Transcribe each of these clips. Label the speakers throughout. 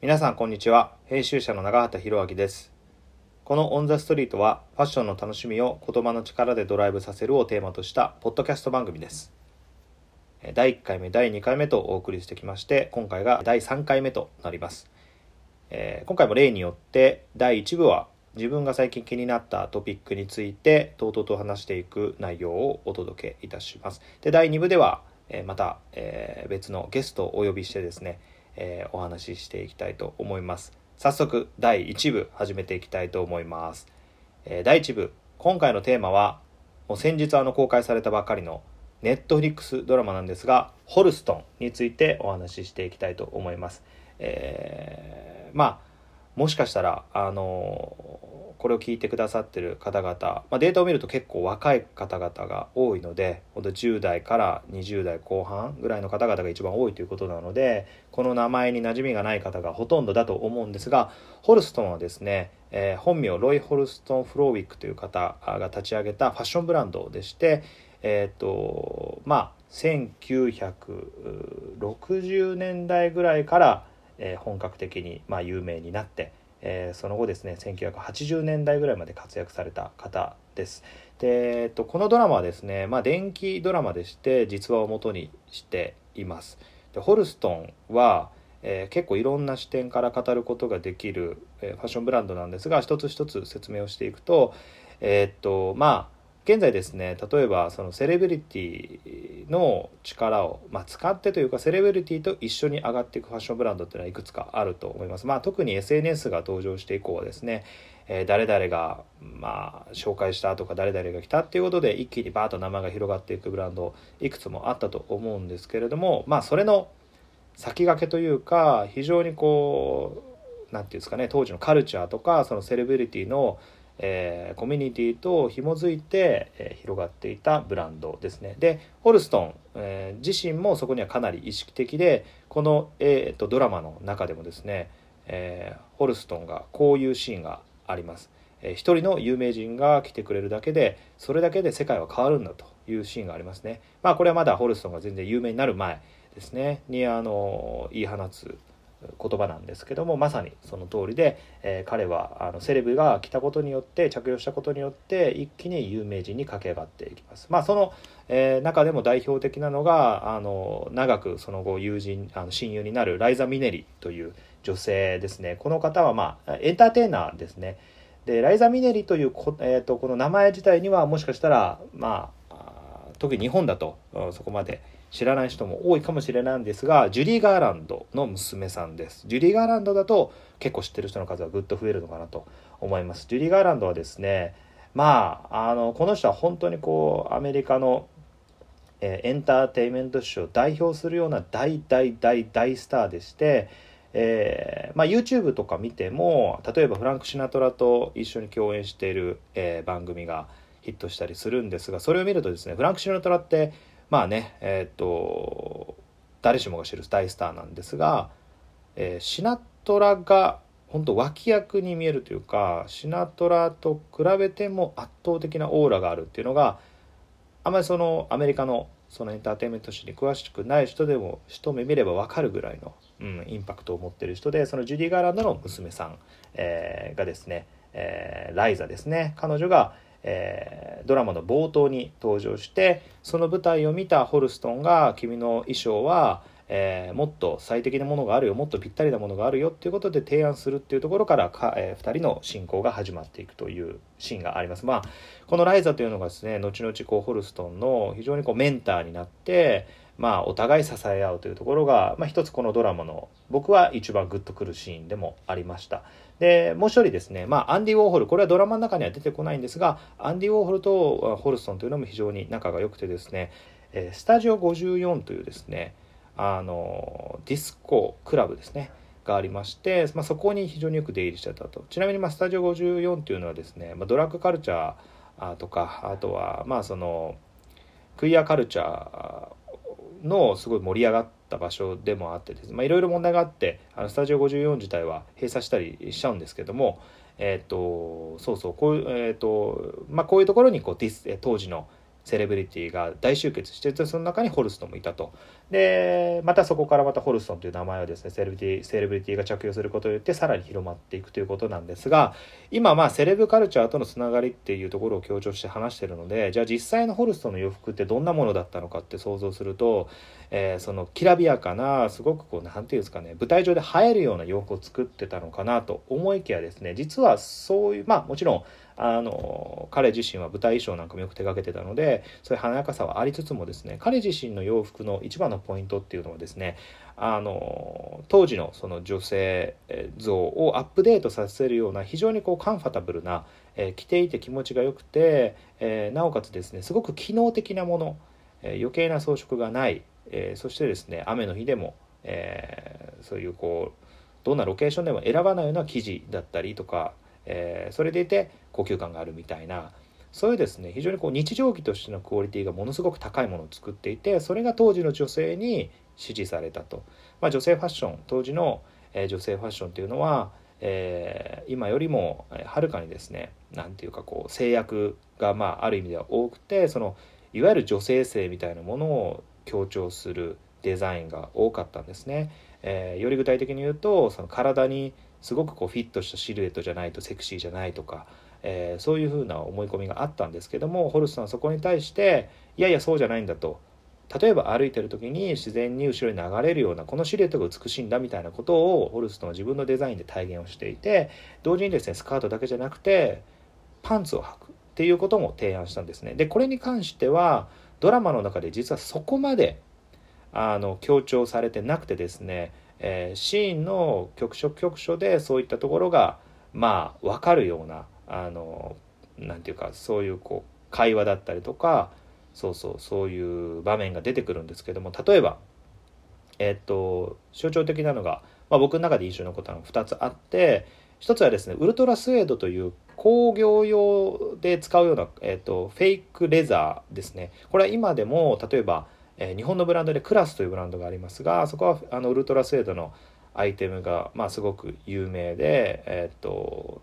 Speaker 1: 皆さんこんにちは編集者の永畑博明ですこの「オン・ザ・ストリート」はファッションの楽しみを言葉の力でドライブさせるをテーマとしたポッドキャスト番組ですえー第1回目第2回目とお送りしてきまして今回が第3回目となります、えー今回も例によって第1部は自分が最近気になったトピックについてとうとうと話していく内容をお届けいたしますで第2部では、えーまた、えー別のゲストをお呼びしてですねえーお話ししていきたいと思います早速第1部始めていきたいと思います、えー第1部今回のテーマはもう先日あの公開されたばかりのネットフリックスドラマなんですが「ホルストン」についてお話ししていきたいと思います、えーまあもしかしたらあのーこれを聞いてくださってる方々、まあ、データを見ると結構若い方々が多いのでほんと10代から20代後半ぐらいの方々が一番多いということなのでこの名前に馴染みがない方がほとんどだと思うんですがホルストンはですね、えー本名ロイ・ホルストン・フローウィックという方が立ち上げたファッションブランドでしてえっ、とまあ1960年代ぐらいから、えー本格的に、まあ、有名になって、えーその後ですね1980年代ぐらいまで活躍された方です。で、えっと、このドラマはですね、まあ、電気ドラマでして実話を元にしています。でホルストンは、えー結構いろんな視点から語ることができる、えーファッションブランドなんですが一つ一つ説明をしていくとえーっとまあ現在ですね例えばそのセレブリティの力を、まあ、使ってというかセレブリティと一緒に上がっていくファッションブランドっていうのはいくつかあると思います、まあ、特に SNS が登場して以降はですね、えー誰々が、まあ、紹介したとか誰々が来たっていうことで一気にバーッと名前が広がっていくブランドいくつもあったと思うんですけれども、まあ、それの先駆けというか非常にこう何ていうんですかね当時のカルチャーとかそのセレブリティの、えーコミュニティと紐づいて、えー広がっていたブランドですねでホルストン、えー自身もそこにはかなり意識的でこの、えーっとドラマの中でもですね、えーホルストンがこういうシーンがありますえー一人の有名人が来てくれるだけでそれだけで世界は変わるんだというシーンがありますねまあこれはまだホルストンが全然有名になる前ですねにあの言い放つ言葉なんですけどもまさにその通りで、えー彼はあのセレブが着たことによって着用したことによって一気に有名人に駆け上がっていきます。まあその、えー中でも代表的なのがあの長くその後友人あの親友になるライザ・ミネリという女性ですねこの方はまあエンターテイナーですね。でライザ・ミネリというこ,、えー、とこの名前自体にはもしかしたらまああー特に日本だと、うんそこまで知らない人も多いかもしれないんですがジュリー・ガーランドの娘さんですジュリー・ガーランドだと結構知ってる人の数はぐっと増えるのかなと思いますジュリー・ガーランドはですねまああのこの人は本当にこうアメリカの、えーエンターテインメント史を代表するような大大大大スターでして、えーまあ、YouTube とか見ても例えばフランク・シナトラと一緒に共演している、えー番組がヒットしたりするんですがそれを見るとですねフランク・シナトラってまあねえーっと誰しもが知る大スターなんですが、えーシナトラが本当脇役に見えるというかシナトラと比べても圧倒的なオーラがあるっていうのがあまりそのアメリカのそのエンターテインメント史に詳しくない人でも一目見れば分かるぐらいの、うん、インパクトを持ってる人でそのジュディ・ガーランドの娘さん、えーがですね、えーライザですね彼女が、えードラマの冒頭に登場してその舞台を見たホルストンが「君の衣装は、えーもっと最適なものがあるよもっとぴったりなものがあるよ」っていうことで提案するっていうところからか、え2人の進行が始まっていくというシーンがあります。まあこのライザというのがですね後々こうホルストンの非常にこうメンターになって、まあ、お互い支え合うというところが、まあ、一つこのドラマの僕は一番グッとくるシーンでもありましたでもう一人ですね、まあ、アンディ・ウォーホルこれはドラマの中には出てこないんですがアンディ・ウォーホルとあホルストンというのも非常に仲が良くてですね、えースタジオ54というですねあのディスコクラブですねがありまして、まあ、そこに非常によく出入りしてたとちなみにまあスタジオ54というのはですね、まあ、ドラッグカルチャーあとかあとはまあそのクイアカルチャーのすごい盛り上がった場所でもあってですねまあいろいろ問題があってあのスタジオ54自体は閉鎖したりしちゃうんですけどもえっ、とそうそうこういう、えーとまあ、こういうところにこうディスえ当時のセレブリティが大集結しててその中にホルストもいたとでまたそこからまたホルストンという名前をですねセレブリティセレブリティが着用することによってさらに広まっていくということなんですが今まあセレブカルチャーとのつながりっていうところを強調して話してるのでじゃあ実際のホルストンの洋服ってどんなものだったのかって想像すると、えーそのきらびやかなすごくこうなんていうんですかね舞台上で映えるような洋服を作ってたのかなと思いきやですね実はそういうまあもちろんあの彼自身は舞台衣装なんかもよく手がけてたのでそういう華やかさはありつつもですね彼自身の洋服の一番のポイントっていうのはですねあの当時のその女性えー像をアップデートさせるような非常にこうカンファタブルな、えー着ていて気持ちが良くて、えーなおかつですねすごく機能的なもの、えー余計な装飾がない、えーそしてですね雨の日でも、えーそういうこうどんなロケーションでも選ばないような生地だったりとか、えーそれでいて高級感があるみたいなそういうですね非常にこう日常着としてのクオリティがものすごく高いものを作っていてそれが当時の女性に支持されたと、まあ、女性ファッション当時の、えー女性ファッションというのは、えー今よりもえーはるかにですねなんていうかこう制約がまあある意味では多くてそのいわゆる女性性みたいなものを強調するデザインが多かったんですね。えーより具体的に言うとその体にすごくこうフィットしたシルエットじゃないとセクシーじゃないとか、えーそういうふうな思い込みがあったんですけどもホルストンはそこに対していやいやそうじゃないんだと例えば歩いてる時に自然に後ろに流れるようなこのシルエットが美しいんだみたいなことをホルストンは自分のデザインで体現をしていて同時にですねスカートだけじゃなくてパンツを履くっていうことも提案したんですねでこれに関してはドラマの中で実はそこまであの強調されてなくてですね、えーシーンの局所局所でそういったところがまあ分かるようなあのなんていうかそういうこう会話だったりとかそうそうそういう場面が出てくるんですけども例えばえっと象徴的なのが、まあ、僕の中で印象に残ったのが2つあって1つはですねウルトラスエードという工業用で使うような、えっと、フェイクレザーですねこれは今でも例えば、えー日本のブランドでクラスというブランドがありますがそこはあのウルトラスエードのアイテムが、まあ、すごく有名で、えっと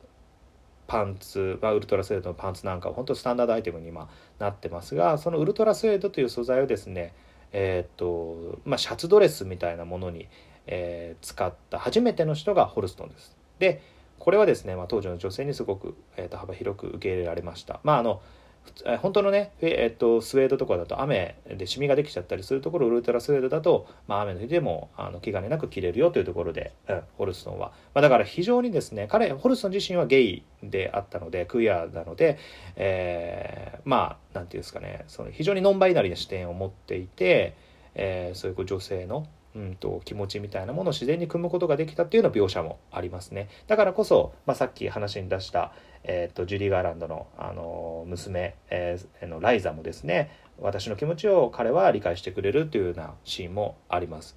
Speaker 1: パンツ、まあ、ウルトラスエードのパンツなんかは本当スタンダードアイテムに今なってますがそのウルトラスエードという素材をですねえーっとまあ、シャツドレスみたいなものに、えー使った初めての人がホルストンです。でこれはですね、まあ、当時の女性にすごく、えーっと幅広く受け入れられました。まああの普通えー本当のね、えーえーっとスウェードとかだと雨でシミができちゃったりするところウルトラスウェードだと、まあ、雨の日でもあの気兼ねなく着れるよというところで、うんホルストンは、まあ、だから非常にですね彼ホルストン自身はゲイであったのでクイアなので、えーまあなんていうんですかねその非常にノンバイナリーな視点を持っていて、えーそういうこう女性の、うん、と気持ちみたいなものを自然に組むことができたっていうの描写もありますねだからこそ、まあ、さっき話に出した、えー、とジュリー・ガーランドの、あの娘、えーのライザもですね私の気持ちを彼は理解してくれるというようなシーンもあります。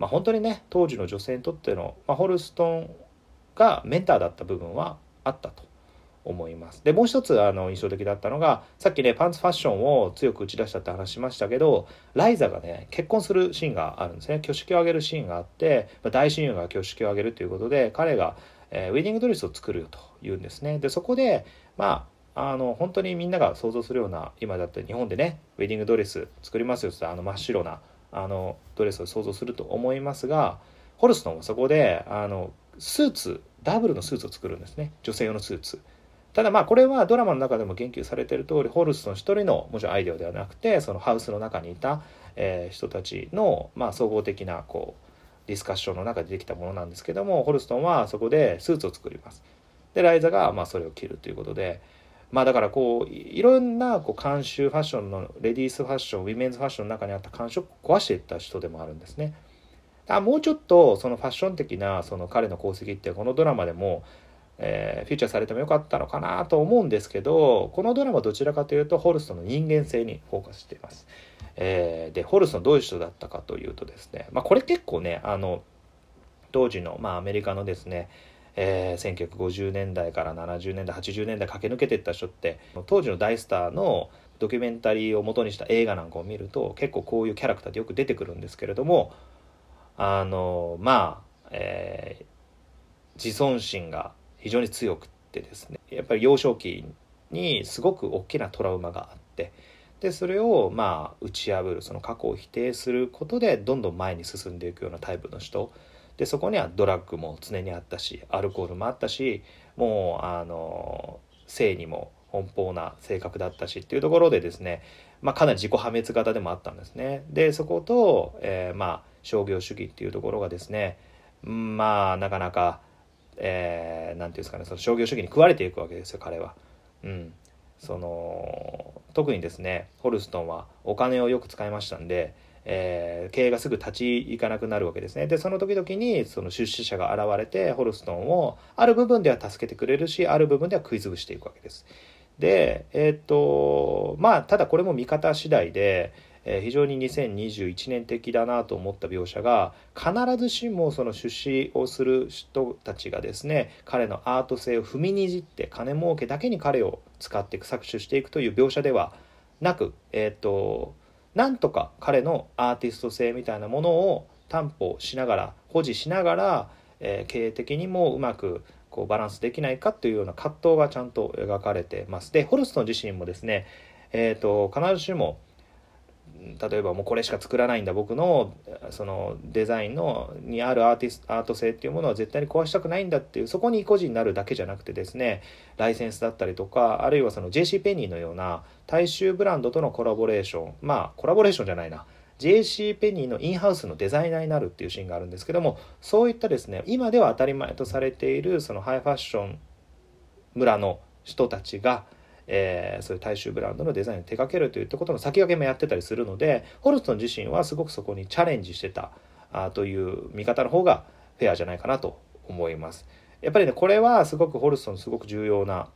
Speaker 1: まあ、本当にね当時の女性にとっての、まあ、ホルストンがメンターだった部分はあったと思います。でもう一つあの印象的だったのがさっきねパンツファッションを強く打ち出したって話しましたけどライザがね結婚するシーンがあるんですね挙式を挙げるシーンがあって、まあ大親友が挙式を挙げるということで彼が、えーウェディングドレスを作るよというんですね。でそこでまああの本当にみんなが想像するような今だって日本でねウェディングドレス作りますよって言ったらあの真っ白なあのドレスを想像すると思いますがホルストンはそこであのスーツダブルのスーツを作るんですね女性用のスーツただまあこれはドラマの中でも言及されている通りホルストン一人のもちろんアイデアではなくてそのハウスの中にいた、えー人たちの、まあ、総合的なこうディスカッションの中でできたものなんですけどもホルストンはそこでスーツを作りますでライザがまあそれを着るということでまあだからこういいろんなこう慣習ファッションのレディースファッションウィメンズファッションの中にあった慣習を壊していった人でもあるんですねあもうちょっとそのファッション的なその彼の功績ってこのドラマでも、えーフィーチャーされてもよかったのかなと思うんですけどこのドラマはどちらかというとホルストンの人間性にフォーカスしています、えーでホルストンどういう人だったかというとですね、まあ、これ結構ねあの当時の、まあ、アメリカのですねえー1950年代から70年代80年代駆け抜けていった人って当時の大スターのドキュメンタリーを元にした映画なんかを見ると結構こういうキャラクターってよく出てくるんですけれどもあのまあ、えー自尊心が非常に強くってですねやっぱり幼少期にすごく大きなトラウマがあってでそれをまあ打ち破るその過去を否定することでどんどん前に進んでいくようなタイプの人でそこにはドラッグも常にあったしアルコールもあったしもうあの性にも奔放な性格だったしっていうところでですね、まあ、かなり自己破滅型でもあったんですね。でそこと、えーまあ、商業主義っていうところがですねうんまあなかなか何、えー、なんていうんですかねその商業主義に食われていくわけですよ彼は。うんその特にですねホルストンはお金をよく使いましたんで、えー経営がすぐ立ち行かなくなるわけですねでその時々にその出資者が現れてホルストンをある部分では助けてくれるしある部分では食い潰していくわけですでえーっとまあただこれも見方次第で、えー非常に2021年的だなと思った描写が必ずしもその出資をする人たちがですね彼のアート性を踏みにじって金儲けだけに彼を使って搾取していくという描写ではなく、えーっとなんとか彼のアーティスト性みたいなものを担保しながら保持しながら、えー経営的にもうまくこうバランスできないかというような葛藤がちゃんと描かれてます。でホルストン自身もですね、えー、と必ずしもうん例えばもうこれしか作らないんだ僕のそのデザインのにあるアーティスアート性っていうものは絶対に壊したくないんだっていうそこに意固地になるだけじゃなくてですねライセンスだったりとかあるいはその JC ペニーのような大衆ブランドとのコラボレーションまあコラボレーションじゃないな JC ペニーのインハウスのデザイナーになるっていうシーンがあるんですけどもそういったですね今では当たり前とされているそのハイファッション村の人たちが、えーそういう大衆ブランドのデザインを手掛けるといったことの先駆けもやってたりするのでホルストン自身はすごくそこにチャレンジしてたあーという見方の方がフェアじゃないかなと思います。やっぱりねこれはすごくホルストンすごく重要な、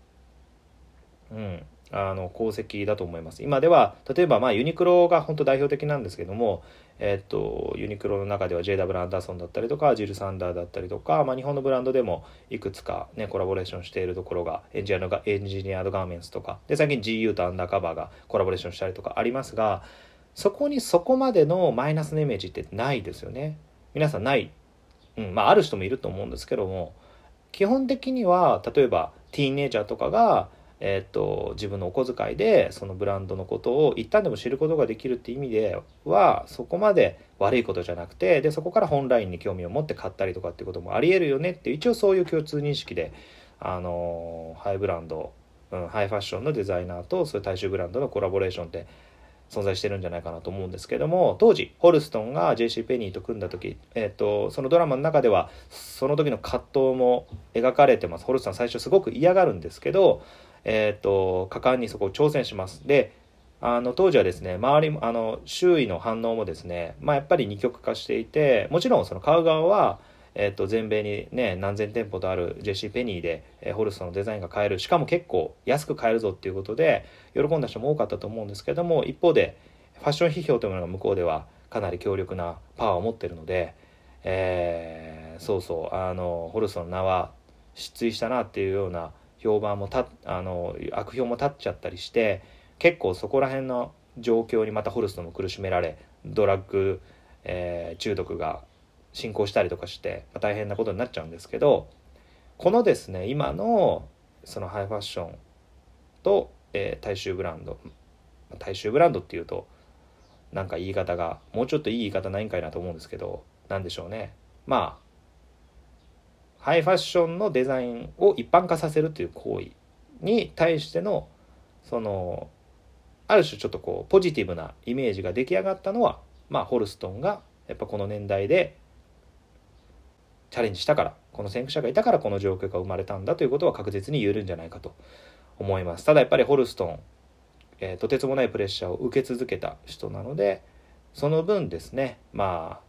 Speaker 1: うん、あの功績だと思います。今では例えばまあユニクロが本当代表的なんですけども、えっとユニクロの中では JW アンダーソンだったりとかジル・サンダーだったりとか、まあ、日本のブランドでもいくつか、ね、コラボレーションしているところがエンジニアのがエンジニアードガーメンツとかで最近 GU とアンダーカバーがコラボレーションしたりとかありますがそこにそこまでのマイナスのイメージってないですよね。皆さんない、うんまあ、ある人もいると思うんですけども基本的には例えばティーンエイジャーとかがえー、と自分のお小遣いでそのブランドのことを一旦でも知ることができるって意味ではそこまで悪いことじゃなくてでそこから本ラインに興味を持って買ったりとかっていうこともありえるよねっていう一応そういう共通認識で、あのーハイブランド、うん、ハイファッションのデザイナーとそういう大衆ブランドのコラボレーションって存在してるんじゃないかなと思うんですけども当時ホルストンが JC ペニーと組んだ時、えー、とそのドラマの中ではその時の葛藤も描かれてますホルストン最初すごく嫌がるんですけどえー、と果敢にそこを挑戦しますであの当時はですね周りもあの周囲の反応もですね、まあ、やっぱり二極化していてもちろんその買う側は、えー、と全米に、ね、何千店舗とある JC ペニーで、えーホルストのデザインが買えるしかも結構安く買えるぞっていうことで喜んだ人も多かったと思うんですけども一方でファッション批評というものが向こうではかなり強力なパワーを持ってるので、えーそうそうあのホルストの名は失墜したなっていうような評判もたあの悪評も立っちゃったりして結構そこら辺の状況にまたホルストも苦しめられドラッグ、えー中毒が進行したりとかして、まあ大変なことになっちゃうんですけどこのですね今のそのハイファッションと、えー大衆ブランドまあ大衆ブランドっていうとなんか言い方がもうちょっといい言い方ないんかいなと思うんですけどなんでしょうねまあハイファッションのデザインを一般化させるという行為に対してのそのある種ちょっとこうポジティブなイメージが出来上がったのは、まあ、ホルストンがやっぱこの年代でチャレンジしたからこの先駆者がいたからこの状況が生まれたんだということは確実に言えるんじゃないかと思いますただやっぱりホルストン、えーとてつもないプレッシャーを受け続けた人なのでその分ですねまあ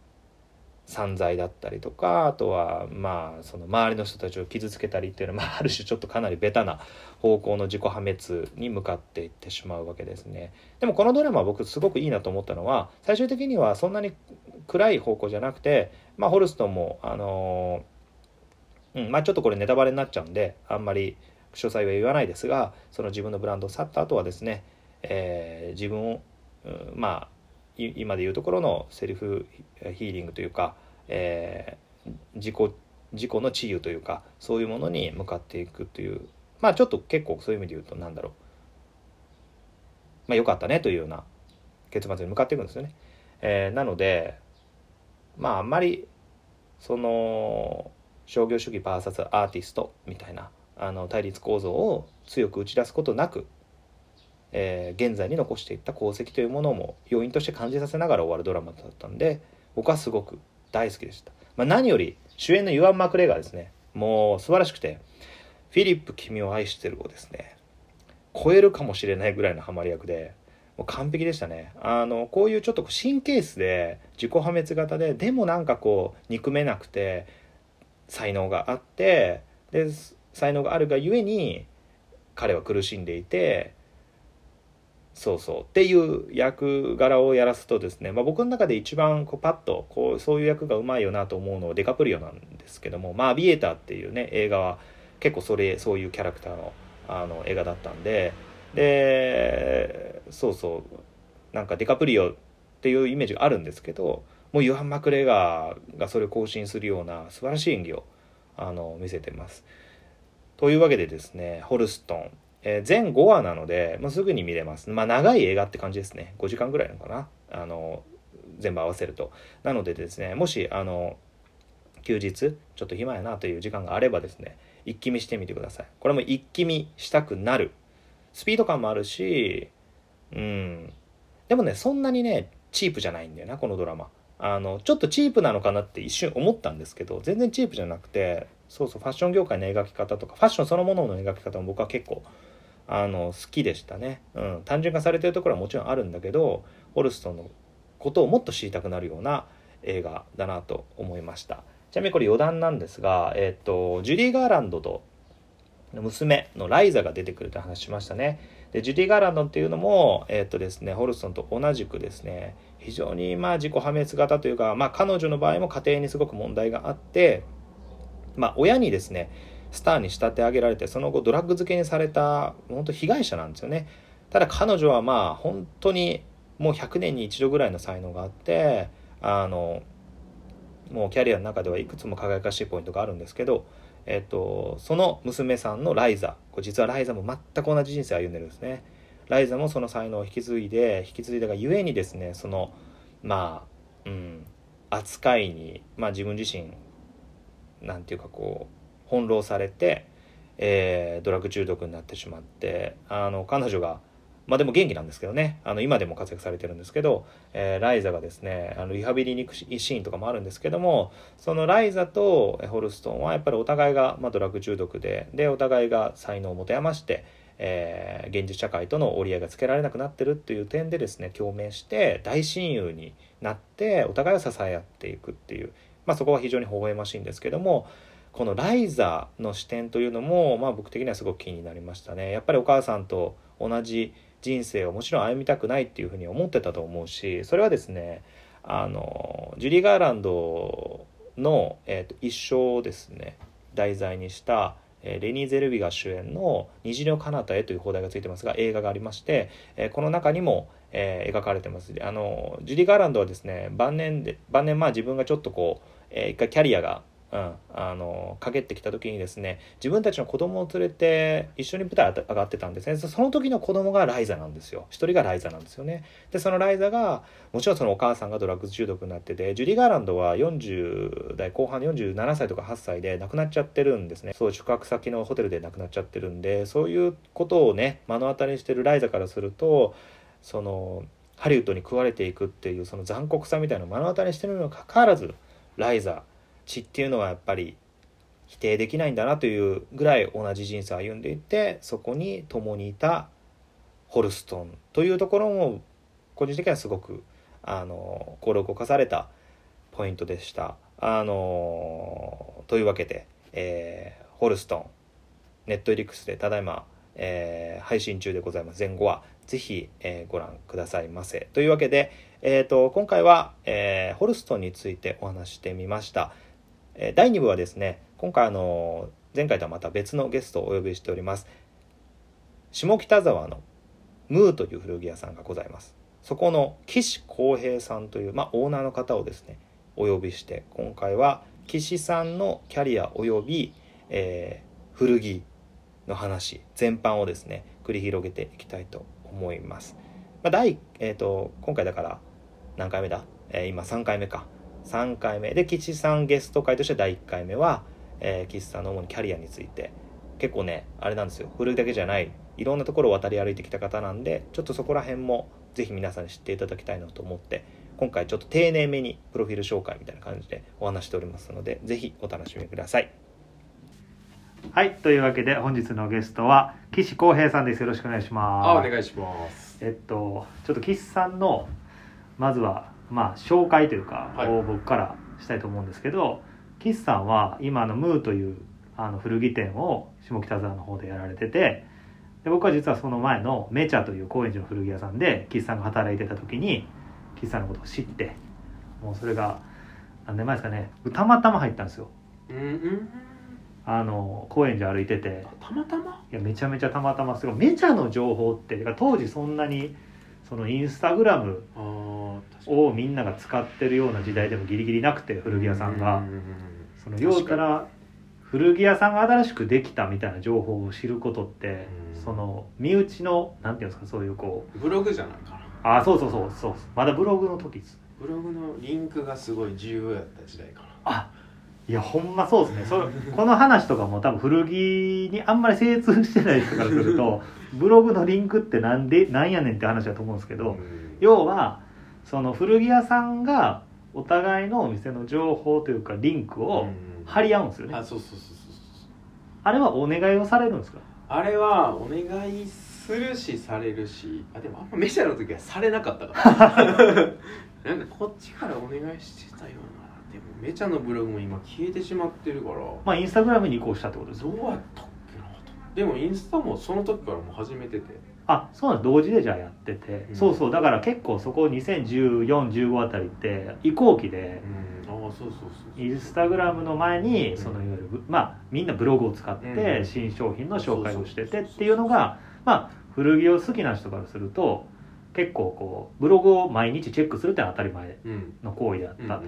Speaker 1: 散財だったりとかあとはまあその周りの人たちを傷つけたりっていうのは、まあ、ある種ちょっとかなりベタな方向の自己破滅に向かっていってしまうわけですねでもこのドラマは僕すごくいいなと思ったのは最終的にはそんなに暗い方向じゃなくて、まあ、ホルストンもあのーうんまあ、ちょっとこれネタバレになっちゃうんであんまり詳細は言わないですがその自分のブランドを去った後はですね、えー自分を、うんまあい今でいうところのセルフヒーリングというか、えー自己自己の治癒というかそういうものに向かっていくというまあちょっと結構そういう意味で言うとなんだろうまあ、良かったねというような結末に向かっていくんですよね。えーなのでまああんまりその商業主義 VS アーティストみたいなあの対立構造を強く打ち出すことなく、えー現在に残していった功績というものも要因として感じさせながら終わるドラマだったんで僕はすごく大好きでした、まあ、何より主演のユアン・マクレガーですねもう素晴らしくて「フィリップ君を愛してる」をですね超えるかもしれないぐらいのハマり役でもう完璧でしたねあのこういうちょっと神経質で自己破滅型ででもなんかこう憎めなくて才能があってで才能があるがゆえに彼は苦しんでいてそうそうっていう役柄をやらすとですね、まあ、僕の中で一番こうパッとこうそういう役がうまいよなと思うのはデカプリオなんですけども「まあ、アビエーター」っていうね映画は結構それそういうキャラクターのあの映画だったんででそうそうなんかデカプリオっていうイメージがあるんですけどもうユハン・マクレガーがそれを更新するような素晴らしい演技をあの見せてます。というわけでですねホルストン、えー全5話なので、まあ、すぐに見れます、まあ、長い映画って感じですね5時間ぐらいなのかなあの全部合わせるとなのでですねもしあの休日ちょっと暇やなという時間があればですね一気見してみてくださいこれも一気見したくなるスピード感もあるしうんでもねそんなにねチープじゃないんだよなこのドラマあのちょっとチープなのかなって一瞬思ったんですけど全然チープじゃなくてそうそうファッション業界の描き方とかファッションそのものの描き方も僕は結構あの好きでしたね、うん、単純化されてるところはもちろんあるんだけどホルストンのことをもっと知りたくなるような映画だなと思いましたちなみにこれ余談なんですが、えっとジュディ・ガーランドと娘のライザが出てくるって話しましたねでジュディ・ガーランドっていうのも、えっとですね、ホルストンと同じくですね非常にまあ自己破滅型というか、まあ、彼女の場合も家庭にすごく問題があって、まあ、親にですねスターに仕立て上げられてその後ドラッグ漬けにされた本当被害者なんですよねただ彼女はまあ本当にもう100年に一度ぐらいの才能があってあのもうキャリアの中ではいくつも輝かしいポイントがあるんですけど、えっと、その娘さんのライザこれ実はライザも全く同じ人生を歩んでるんですねライザもその才能を引き継いで引き継いだがゆえにですねそのまあうん扱いに、まあ、自分自身なんていうかこう翻弄されて、えードラッグ中毒になってしまってあの彼女がまあでも元気なんですけどねあの今でも活躍されてるんですけど、えーライザがですねあのリハビリに行くシーンとかもあるんですけどもそのライザとえーホルストンはやっぱりお互いが、まあ、ドラッグ中毒ででお互いが才能を持て余して、えー現実社会との折り合いがつけられなくなってるっていう点でですね共鳴して大親友になってお互いを支え合っていくっていうまあ、そこは非常に微笑ましいんですけどもこのライザの視点というのも、まあ、僕的にはすごく気になりましたねやっぱりお母さんと同じ人生をもちろん歩みたくないっていうふうに思ってたと思うしそれはですねあのジュリー・ガーランドの、えーと一生をですね題材にした、えーレニー・ゼルビが主演の「虹の彼方へ」という放題がついてますが映画がありまして、えーこの中にも、えー描かれてますあのジュリー・ガーランドはですね晩年で晩年まあ自分がちょっとこうえー一回キャリアが、うん、あのかけってきた時にですね自分たちの子供を連れて一緒に舞台上がってたんですねそその時の子供がライザなんですよ一人がライザなんですよねでそのライザがもちろんそのお母さんがドラッグ中毒になっててジュリー・ガーランドは40代後半47歳とか8歳で亡くなっちゃってるんですねそう宿泊先のホテルで亡くなっちゃってるんでそういうことをね目の当たりにしてるライザからするとそのハリウッドに食われていくっていうその残酷さみたいなのを目の当たりにしてるにもかかわらずライザ血っていうのはやっぱり否定できないんだなというぐらい同じ人生を歩んでいてそこに共にいたホルストンというところも個人的にはすごくあの心動かされたポイントでした。あのというわけで、えーホルストンネットリックスでただいま、えー配信中でございます前後はぜひ、えーご覧くださいませというわけで、えー、と今回は、えーホルストンについてお話ししてみました、えー第2部はですね今回あの前回とはまた別のゲストをお呼びしております下北沢のムーという古着屋さんがございますそこの岸浩平さんという、まあ、オーナーの方をですねお呼びして今回は岸さんのキャリアおよび、えー古着の話全般をですね繰り広げていきたいと思います
Speaker 2: まあ、第、えー、と今回だから何回目だ、えー今3回目か3回目で吉さんゲスト会として第1回目は、えー、吉さんの主にキャリアについて結構ねあれなんですよ古いだけじゃないいろんなところを渡り歩いてきた方なんでちょっとそこら辺もぜひ皆さんに知っていただきたいなと思って今回ちょっと丁寧めにプロフィール紹介みたいな感じでお話しておりますのでぜひお楽しみくださいはいというわけで本日のゲストは岸浩平さんですよろしくお願いします
Speaker 3: あお願いします。
Speaker 2: えっとちょっと岸さんのまずはまあ紹介というか、
Speaker 3: はい
Speaker 2: を僕からしたいと思うんですけど岸さんは今あのムーというあの古着店を下北沢の方でやられててで僕は実はその前のメチャという高円寺の古着屋さんで岸さんが働いてた時に岸さんのことを知ってもうそれが何年前ですかねたまたま入ったんですよ
Speaker 3: うんうん。
Speaker 2: あの高円寺歩いてて
Speaker 3: たまたま。
Speaker 2: いやめちゃめちゃたまたますごいメチャの情報っててか当時そんなにそのインスタグラム
Speaker 3: ああ、確かに。
Speaker 2: をみんなが使ってるような時代でもギリギリなくて古着屋さん
Speaker 3: う
Speaker 2: が
Speaker 3: ううん
Speaker 2: そのようたら古着屋さんが新しくできたみたいな情報を知ることって
Speaker 3: うん
Speaker 2: その身内のなんていうんですかそういうこう
Speaker 3: ブログじゃないかな。
Speaker 2: あそうそうそうそうまだブログの時です
Speaker 3: ブログのリンクがすごい重要やった時代かな。
Speaker 2: あいやほんまそうですねそれこの話とかも多分古着にあんまり精通してない人からする とブログのリンクってなんでなんやねんって話だと思うんですけど、
Speaker 3: うん
Speaker 2: 要はその古着屋さんがお互いのお店の情報というかリンク
Speaker 3: う
Speaker 2: を
Speaker 3: ん
Speaker 2: 貼り合うんですよね、
Speaker 3: あ、そうそうそうそうそう。
Speaker 2: あれはお願いをされるんですか
Speaker 3: あれはお願いするしされるし、あでもあんまメジャーの時はされなかった から。なんかこっちからお願いしてたよな。でもメチャのブログも今消えてしまってるから。
Speaker 2: まあインスタグラムに移行したってことです
Speaker 3: どうやったっけなとでもインスタもその時からもう始めてて
Speaker 2: あそうなんです同時でじゃあやってて、
Speaker 3: うん
Speaker 2: そうそうだから結構そこ201415あたりって移行期で
Speaker 3: うんああそうそうそう
Speaker 2: インスタグラムの前に
Speaker 3: うん
Speaker 2: そのいわゆるブまあみんなブログを使っ
Speaker 3: う
Speaker 2: て
Speaker 3: ん
Speaker 2: 新商品の紹介をしてて
Speaker 3: そう
Speaker 2: っ
Speaker 3: そうそうそう
Speaker 2: ていうのがまあ古着を好きな人からすると結構こうブログを毎日チェックするってのは当たり前
Speaker 3: うん
Speaker 2: の行為だっ
Speaker 3: うん
Speaker 2: たと、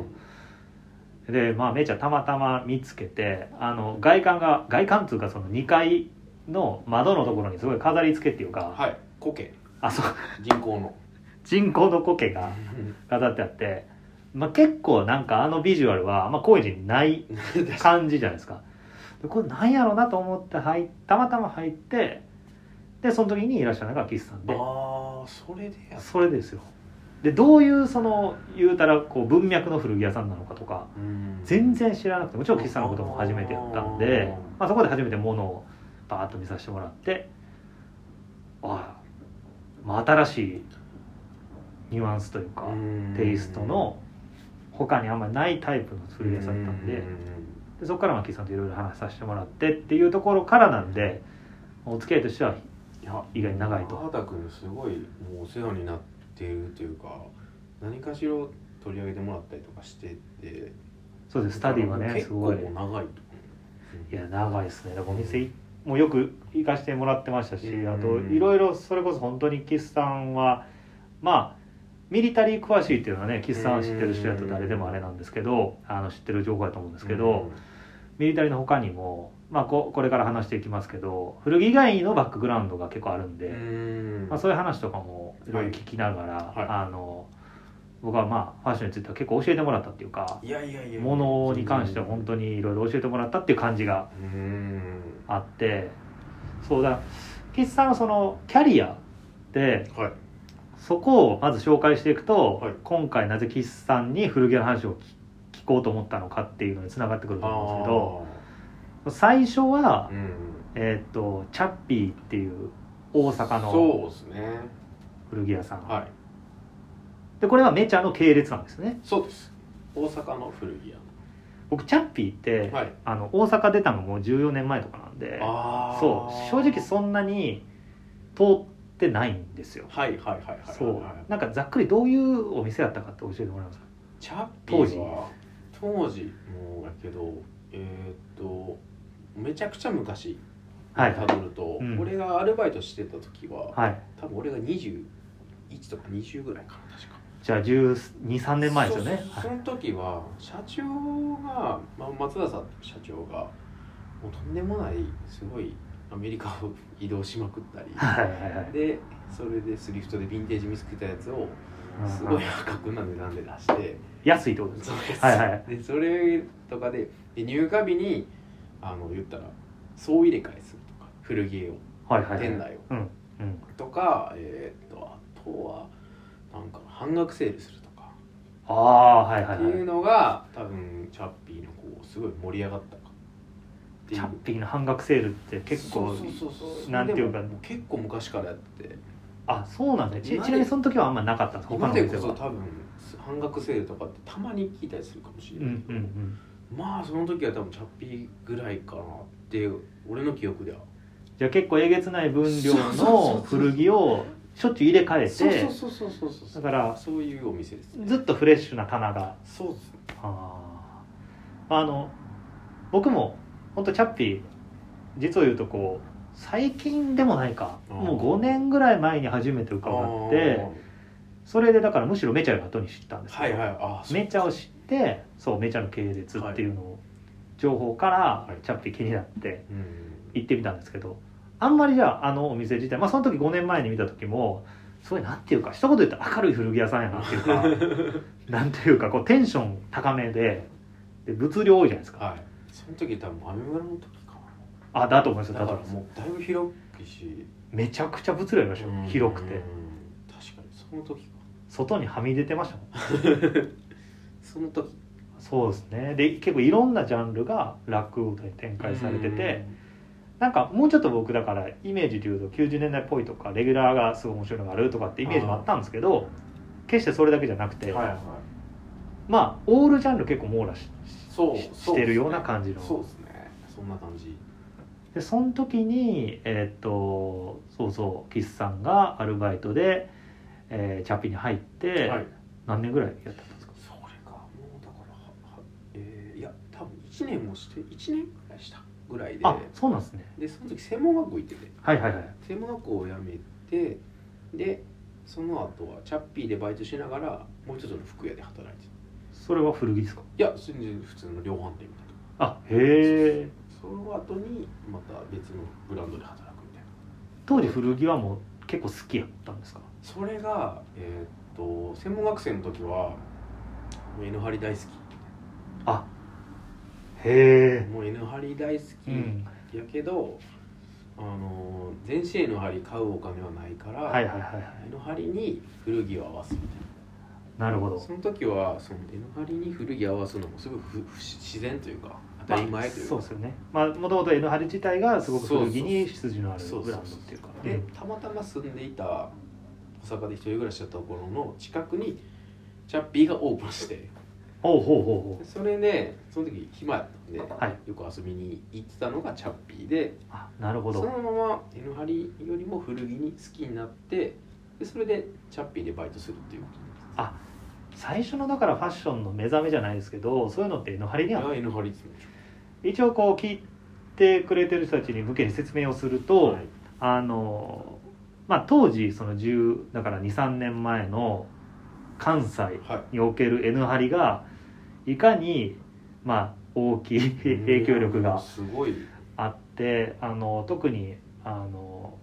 Speaker 2: でまあめいちゃんたまたま見つけてあの外観が外観っつうかその2階の窓のところにすごい飾り付けっていうか、
Speaker 3: はい苔
Speaker 2: あそう
Speaker 3: 人 工の
Speaker 2: 人工の苔が飾ってあって、まあ、結構なんかあのビジュアルは、まあ、高円寺にない感じじゃないですかでこれなんやろうなと思って入ったまたま入ってでその時にいらっしゃるのが岸さんで
Speaker 3: ああそれでや
Speaker 2: それですよでどういうその言うたらこう文脈の古着屋さんなのかとか
Speaker 3: うん
Speaker 2: 全然知らなくてもちろん岸さんのことも初めてやったんで
Speaker 3: あー
Speaker 2: まあ、そこで初めてものをバーッと見させてもらってああ、まあ、新しいニュアンスというか
Speaker 3: うん
Speaker 2: テイストの他にあんまりないタイプの古着屋さんだったん
Speaker 3: う
Speaker 2: で
Speaker 3: ん
Speaker 2: でそこからまあ岸さんといろいろ話させてもらってっていうところからなんでお付き合いとしてはい
Speaker 3: や
Speaker 2: 意外に長いと
Speaker 3: 原田君すごいもうお世話になってるというか何かしら取り上げてもらったりとかしてて
Speaker 2: そうですスタディはね
Speaker 3: 結
Speaker 2: すご
Speaker 3: 構
Speaker 2: い
Speaker 3: 長いと
Speaker 2: いや長いですねだからお店いもうよく行かしてもらってましたし
Speaker 3: うん
Speaker 2: あといろいろそれこそ本当に岸さんはまあミリタリー詳しいっていうのはね岸さんは知ってる人やと誰でもあれなんですけどあの知ってる情報やと思うんですけど、ミリタリーの他にも、まあ、ここれから話していきますけど古着以外のバックグラウンドが結構あるんで、
Speaker 3: うん
Speaker 2: まあ、そういう話とかもいろいろ聞きながら、
Speaker 3: はい
Speaker 2: あの僕はまあファッションについては結構教えてもらったっていうか
Speaker 3: いやいやいや
Speaker 2: ものに関しては本当にいろいろ教えてもらったっていう感じが
Speaker 3: うーん
Speaker 2: あってそうだ岸さんのそのキャリアで
Speaker 3: はい
Speaker 2: そこをまず紹介していくと、
Speaker 3: はい
Speaker 2: 今回なぜ岸さんに古着の話を聞聞こうと思ったのかっていうのにつながってくると思うんですけど最初は
Speaker 3: あー、うん、
Speaker 2: えーっとチャッピーっていう大阪の
Speaker 3: そうですね
Speaker 2: 古着屋さん、
Speaker 3: はい
Speaker 2: でこれはめちゃの系列なんですね
Speaker 3: そうです大阪の古着屋
Speaker 2: 僕チャッピーって、
Speaker 3: はい
Speaker 2: あの大阪出たのもう14年前とかなんで
Speaker 3: ああ
Speaker 2: そう正直そんなに通ってないんですよ
Speaker 3: はいはいはいはいはい
Speaker 2: そうなんかざっくりどういうお店だったかって教えてもらえますか
Speaker 3: チャッピーは当時もうやけどえーっとめちゃくちゃ昔
Speaker 2: はい
Speaker 3: たどると、
Speaker 2: うん
Speaker 3: 俺がアルバイトしてた時は、
Speaker 2: はい
Speaker 3: 多分俺が21とか20ぐらいかな確か
Speaker 2: じゃあ123年前ですよね
Speaker 3: そう
Speaker 2: はい
Speaker 3: その時は社長が、まあ、松田さんっていう社長がもうとんでもないすごいアメリカを移動しまくったり
Speaker 2: はいはいはい
Speaker 3: でそれでスリフトでヴィンテージ見つけたやつをすごい破格な値段で出して
Speaker 2: 安いってことです
Speaker 3: そうです、
Speaker 2: はいはい
Speaker 3: でそれとかでで入荷日にあの言ったら総入れ替えするとか古着を
Speaker 2: はいはいはい
Speaker 3: 店内を
Speaker 2: うんうん
Speaker 3: とかえーっとあとはなんか半額セールするとか
Speaker 2: ああはいはい
Speaker 3: っていう
Speaker 2: はい
Speaker 3: のが多分チャッピーのこうすごい盛り上がったかってい
Speaker 2: チ
Speaker 3: う
Speaker 2: ャッピーの半額セールって結構
Speaker 3: そうそうそうそう
Speaker 2: なんていうか
Speaker 3: でもも結構昔からやってて
Speaker 2: あそうなんだち
Speaker 3: 今で
Speaker 2: ちなみにその時はあんまなかったんです他
Speaker 3: 今
Speaker 2: の
Speaker 3: で
Speaker 2: 店
Speaker 3: こそ
Speaker 2: は
Speaker 3: 多分半額セールとかってたまに聞いたりするかもし
Speaker 2: う
Speaker 3: れ
Speaker 2: んう
Speaker 3: ない、
Speaker 2: んうん
Speaker 3: まあその時は多分チャッピーぐらいかなって俺の記憶では
Speaker 2: じゃあ結構えげつない分量
Speaker 3: そうそう
Speaker 2: の
Speaker 3: そうそう
Speaker 2: 古着をしょっちゅう入れ替え
Speaker 3: そう
Speaker 2: て
Speaker 3: そうそうそうそうそ
Speaker 2: だ
Speaker 3: う
Speaker 2: から
Speaker 3: そういうお店ですね
Speaker 2: ずっとフレッシュな棚が
Speaker 3: そうですね
Speaker 2: あーあの僕も本当チャッピー実を言うとこう最近でもないか
Speaker 3: あー
Speaker 2: もう5年ぐらい前に初めて伺ってそれでだからむしろメチャが後に知ったんです
Speaker 3: は
Speaker 2: け
Speaker 3: い
Speaker 2: ど
Speaker 3: はいあそう
Speaker 2: メチャを知ってそうメチャの系列っていうのを情報から、
Speaker 3: はい
Speaker 2: チャッピー気になって
Speaker 3: うん
Speaker 2: 行ってみたんですけどあんまりじゃああのお店自体まあその時5年前に見た時もすごいなんていうか一言で言ったら明るい古着屋さんやなっていう かなんていうかこうテンション高めでで物量多いじゃないですか
Speaker 3: はいその時多分アメ村の時かな
Speaker 2: あだと思いますだ
Speaker 3: だ
Speaker 2: と
Speaker 3: か
Speaker 2: 思
Speaker 3: ら
Speaker 2: います
Speaker 3: もうだいぶ広いし
Speaker 2: めちゃくちゃ物量ありましたよ広くて
Speaker 3: うん確かにその時か
Speaker 2: 外にはみ出てましたもん
Speaker 3: その時
Speaker 2: そうですねで結構いろんなジャンルが落語で展開されててなんかもうちょっと僕だからイメージで言うと90年代っぽいとかレギュラーがすごい面白いのがあるとかってイメージもあったんですけど決してそれだけじゃなく
Speaker 3: う
Speaker 2: て、
Speaker 3: んはいはい
Speaker 2: まあオールジャンル結構網羅し
Speaker 3: そう
Speaker 2: し
Speaker 3: そう
Speaker 2: してるような感じの
Speaker 3: そうですねそんな感じ
Speaker 2: でその時にえーっとそうそう岸さんがアルバイトで、えーチャッピーに入って、
Speaker 3: はい
Speaker 2: 何年ぐらいやったんですか
Speaker 3: それかもうだからははえーいや多分1年もして1年ぐらいしたぐらいで
Speaker 2: あそうなんですね
Speaker 3: でその時専門学校行ってて
Speaker 2: はいはいはい
Speaker 3: 専門学校を辞めてでその後はチャッピーでバイトしながらもう一つの服屋で働いてた
Speaker 2: それは古着ですか
Speaker 3: いや全然普通の量販店みたいな
Speaker 2: あへえ
Speaker 3: その後にまた別のブランドで働くみたいな
Speaker 2: 当時古着はもう結構好きやったんですか
Speaker 3: それがえーっと専門学生の時はもう N 張り大好き
Speaker 2: へ
Speaker 3: もう N 張り大好
Speaker 2: え
Speaker 3: き、やけどあのー全身 N 張り買うお金はないから、
Speaker 2: はいはいはいはい
Speaker 3: エノハリに古着を合わすみたい
Speaker 2: なるほ
Speaker 3: な
Speaker 2: ど
Speaker 3: その時はそのエノハリに古着合わすのもすごい不不自然というか当たり前というか、
Speaker 2: まあそうですよねまあもともと N ハリ自体がすごく古着に出自のある
Speaker 3: そう
Speaker 2: ブ
Speaker 3: そう
Speaker 2: ラン
Speaker 3: そ
Speaker 2: ドっ
Speaker 3: う
Speaker 2: ていうか
Speaker 3: で
Speaker 2: うん
Speaker 3: たまたま住んでいた大阪で一人暮らしだったところの近くにチャッピーがオープンして
Speaker 2: ほうほうほうほう
Speaker 3: それでその時暇やったんで、
Speaker 2: はい
Speaker 3: よく遊びに行ってたのがチャッピーで
Speaker 2: あなるほ
Speaker 3: そ
Speaker 2: ど
Speaker 3: のまま N ハリよりも古着に好きになってでそれでチャッピーでバイトするっていうことになった
Speaker 2: 最初のだからファッションの目覚めじゃないですけどそういうのって N ハリに
Speaker 3: い
Speaker 2: は
Speaker 3: や N ハリですね
Speaker 2: 一応こう聞いてくれてる人たちに向けに説明をすると、
Speaker 3: はい
Speaker 2: あのまあ当時その10だから23年前の関西
Speaker 3: はい
Speaker 2: における N ハリがいかにまあ大きい影響力が
Speaker 3: すごい
Speaker 2: あってあの特にあの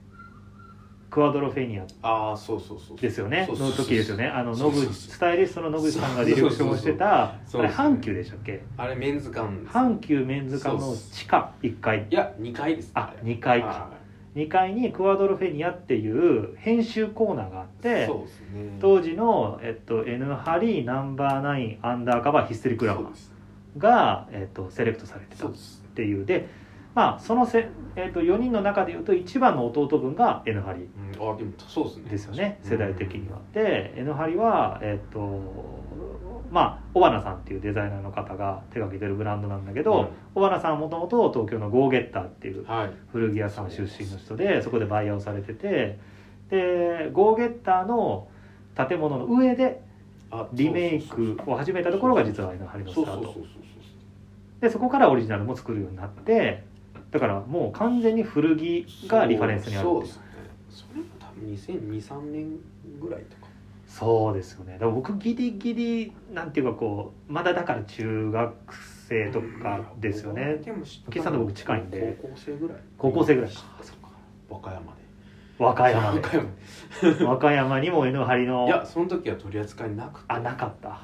Speaker 2: クワドロフェニア
Speaker 3: ああそうそうそう
Speaker 2: ですよね
Speaker 3: そうそう
Speaker 2: の
Speaker 3: そう
Speaker 2: 時ですよねあの
Speaker 3: そ
Speaker 2: 野
Speaker 3: うそう
Speaker 2: 口
Speaker 3: そう
Speaker 2: スタイリストの野口さんがディレクションをしてた
Speaker 3: そうそうそう
Speaker 2: あれ阪急でしたっけ
Speaker 3: あれメンズ館です
Speaker 2: 阪急メンズ館の地下1階
Speaker 3: いや2階です
Speaker 2: あ
Speaker 3: れ
Speaker 2: 2階か
Speaker 3: は
Speaker 2: 2階にクワドロフェニアっていう編集コーナーがあっ
Speaker 3: い
Speaker 2: て
Speaker 3: そうですね
Speaker 2: 当時の、えっと、N ハリーナンバーナインアンダーカバーヒステリックラ
Speaker 3: そ
Speaker 2: バ
Speaker 3: うです
Speaker 2: ーが、えっと、セレクトされてた
Speaker 3: そ
Speaker 2: っ
Speaker 3: うです
Speaker 2: ていうでまあそのせ、えっと、4人の中でいうと1番の弟分が N ハリー
Speaker 3: うんあでもそうですね
Speaker 2: ですよね
Speaker 3: 確か
Speaker 2: 世代的には。で N ハリはえっとまあ尾花さんっていうデザイナーの方が手がけてるブランドなんだけ
Speaker 3: うん
Speaker 2: ど尾花さんはもともと東京のゴーゲッターっていう
Speaker 3: はい
Speaker 2: 古着屋さん出身の人でそこでバイヤーをされててでゴーゲッターの建物の上で
Speaker 3: あ
Speaker 2: リメイクを始めたところが実は N ハリのスタ
Speaker 3: そうそ
Speaker 2: ー
Speaker 3: うそうそう
Speaker 2: ト
Speaker 3: そう
Speaker 2: でそこからオリジナルも作るようになってだからもう完全に古着
Speaker 3: そう
Speaker 2: がリファレンスにある
Speaker 3: そう
Speaker 2: って
Speaker 3: で
Speaker 2: いう
Speaker 3: すねそれも多分2023年ぐらいとか
Speaker 2: そうですよねだから僕ギリギリなんていうかこうまだだから中学生とかですよね
Speaker 3: でも知ったの
Speaker 2: 岸さんと僕近いんで
Speaker 3: 高校生ぐらい
Speaker 2: 高校生ぐらいか
Speaker 3: あそっか和歌山で
Speaker 2: 和歌山で
Speaker 3: 和歌山
Speaker 2: 和歌山にも江ノ張の
Speaker 3: いやその時は取り扱いなくて
Speaker 2: あなかった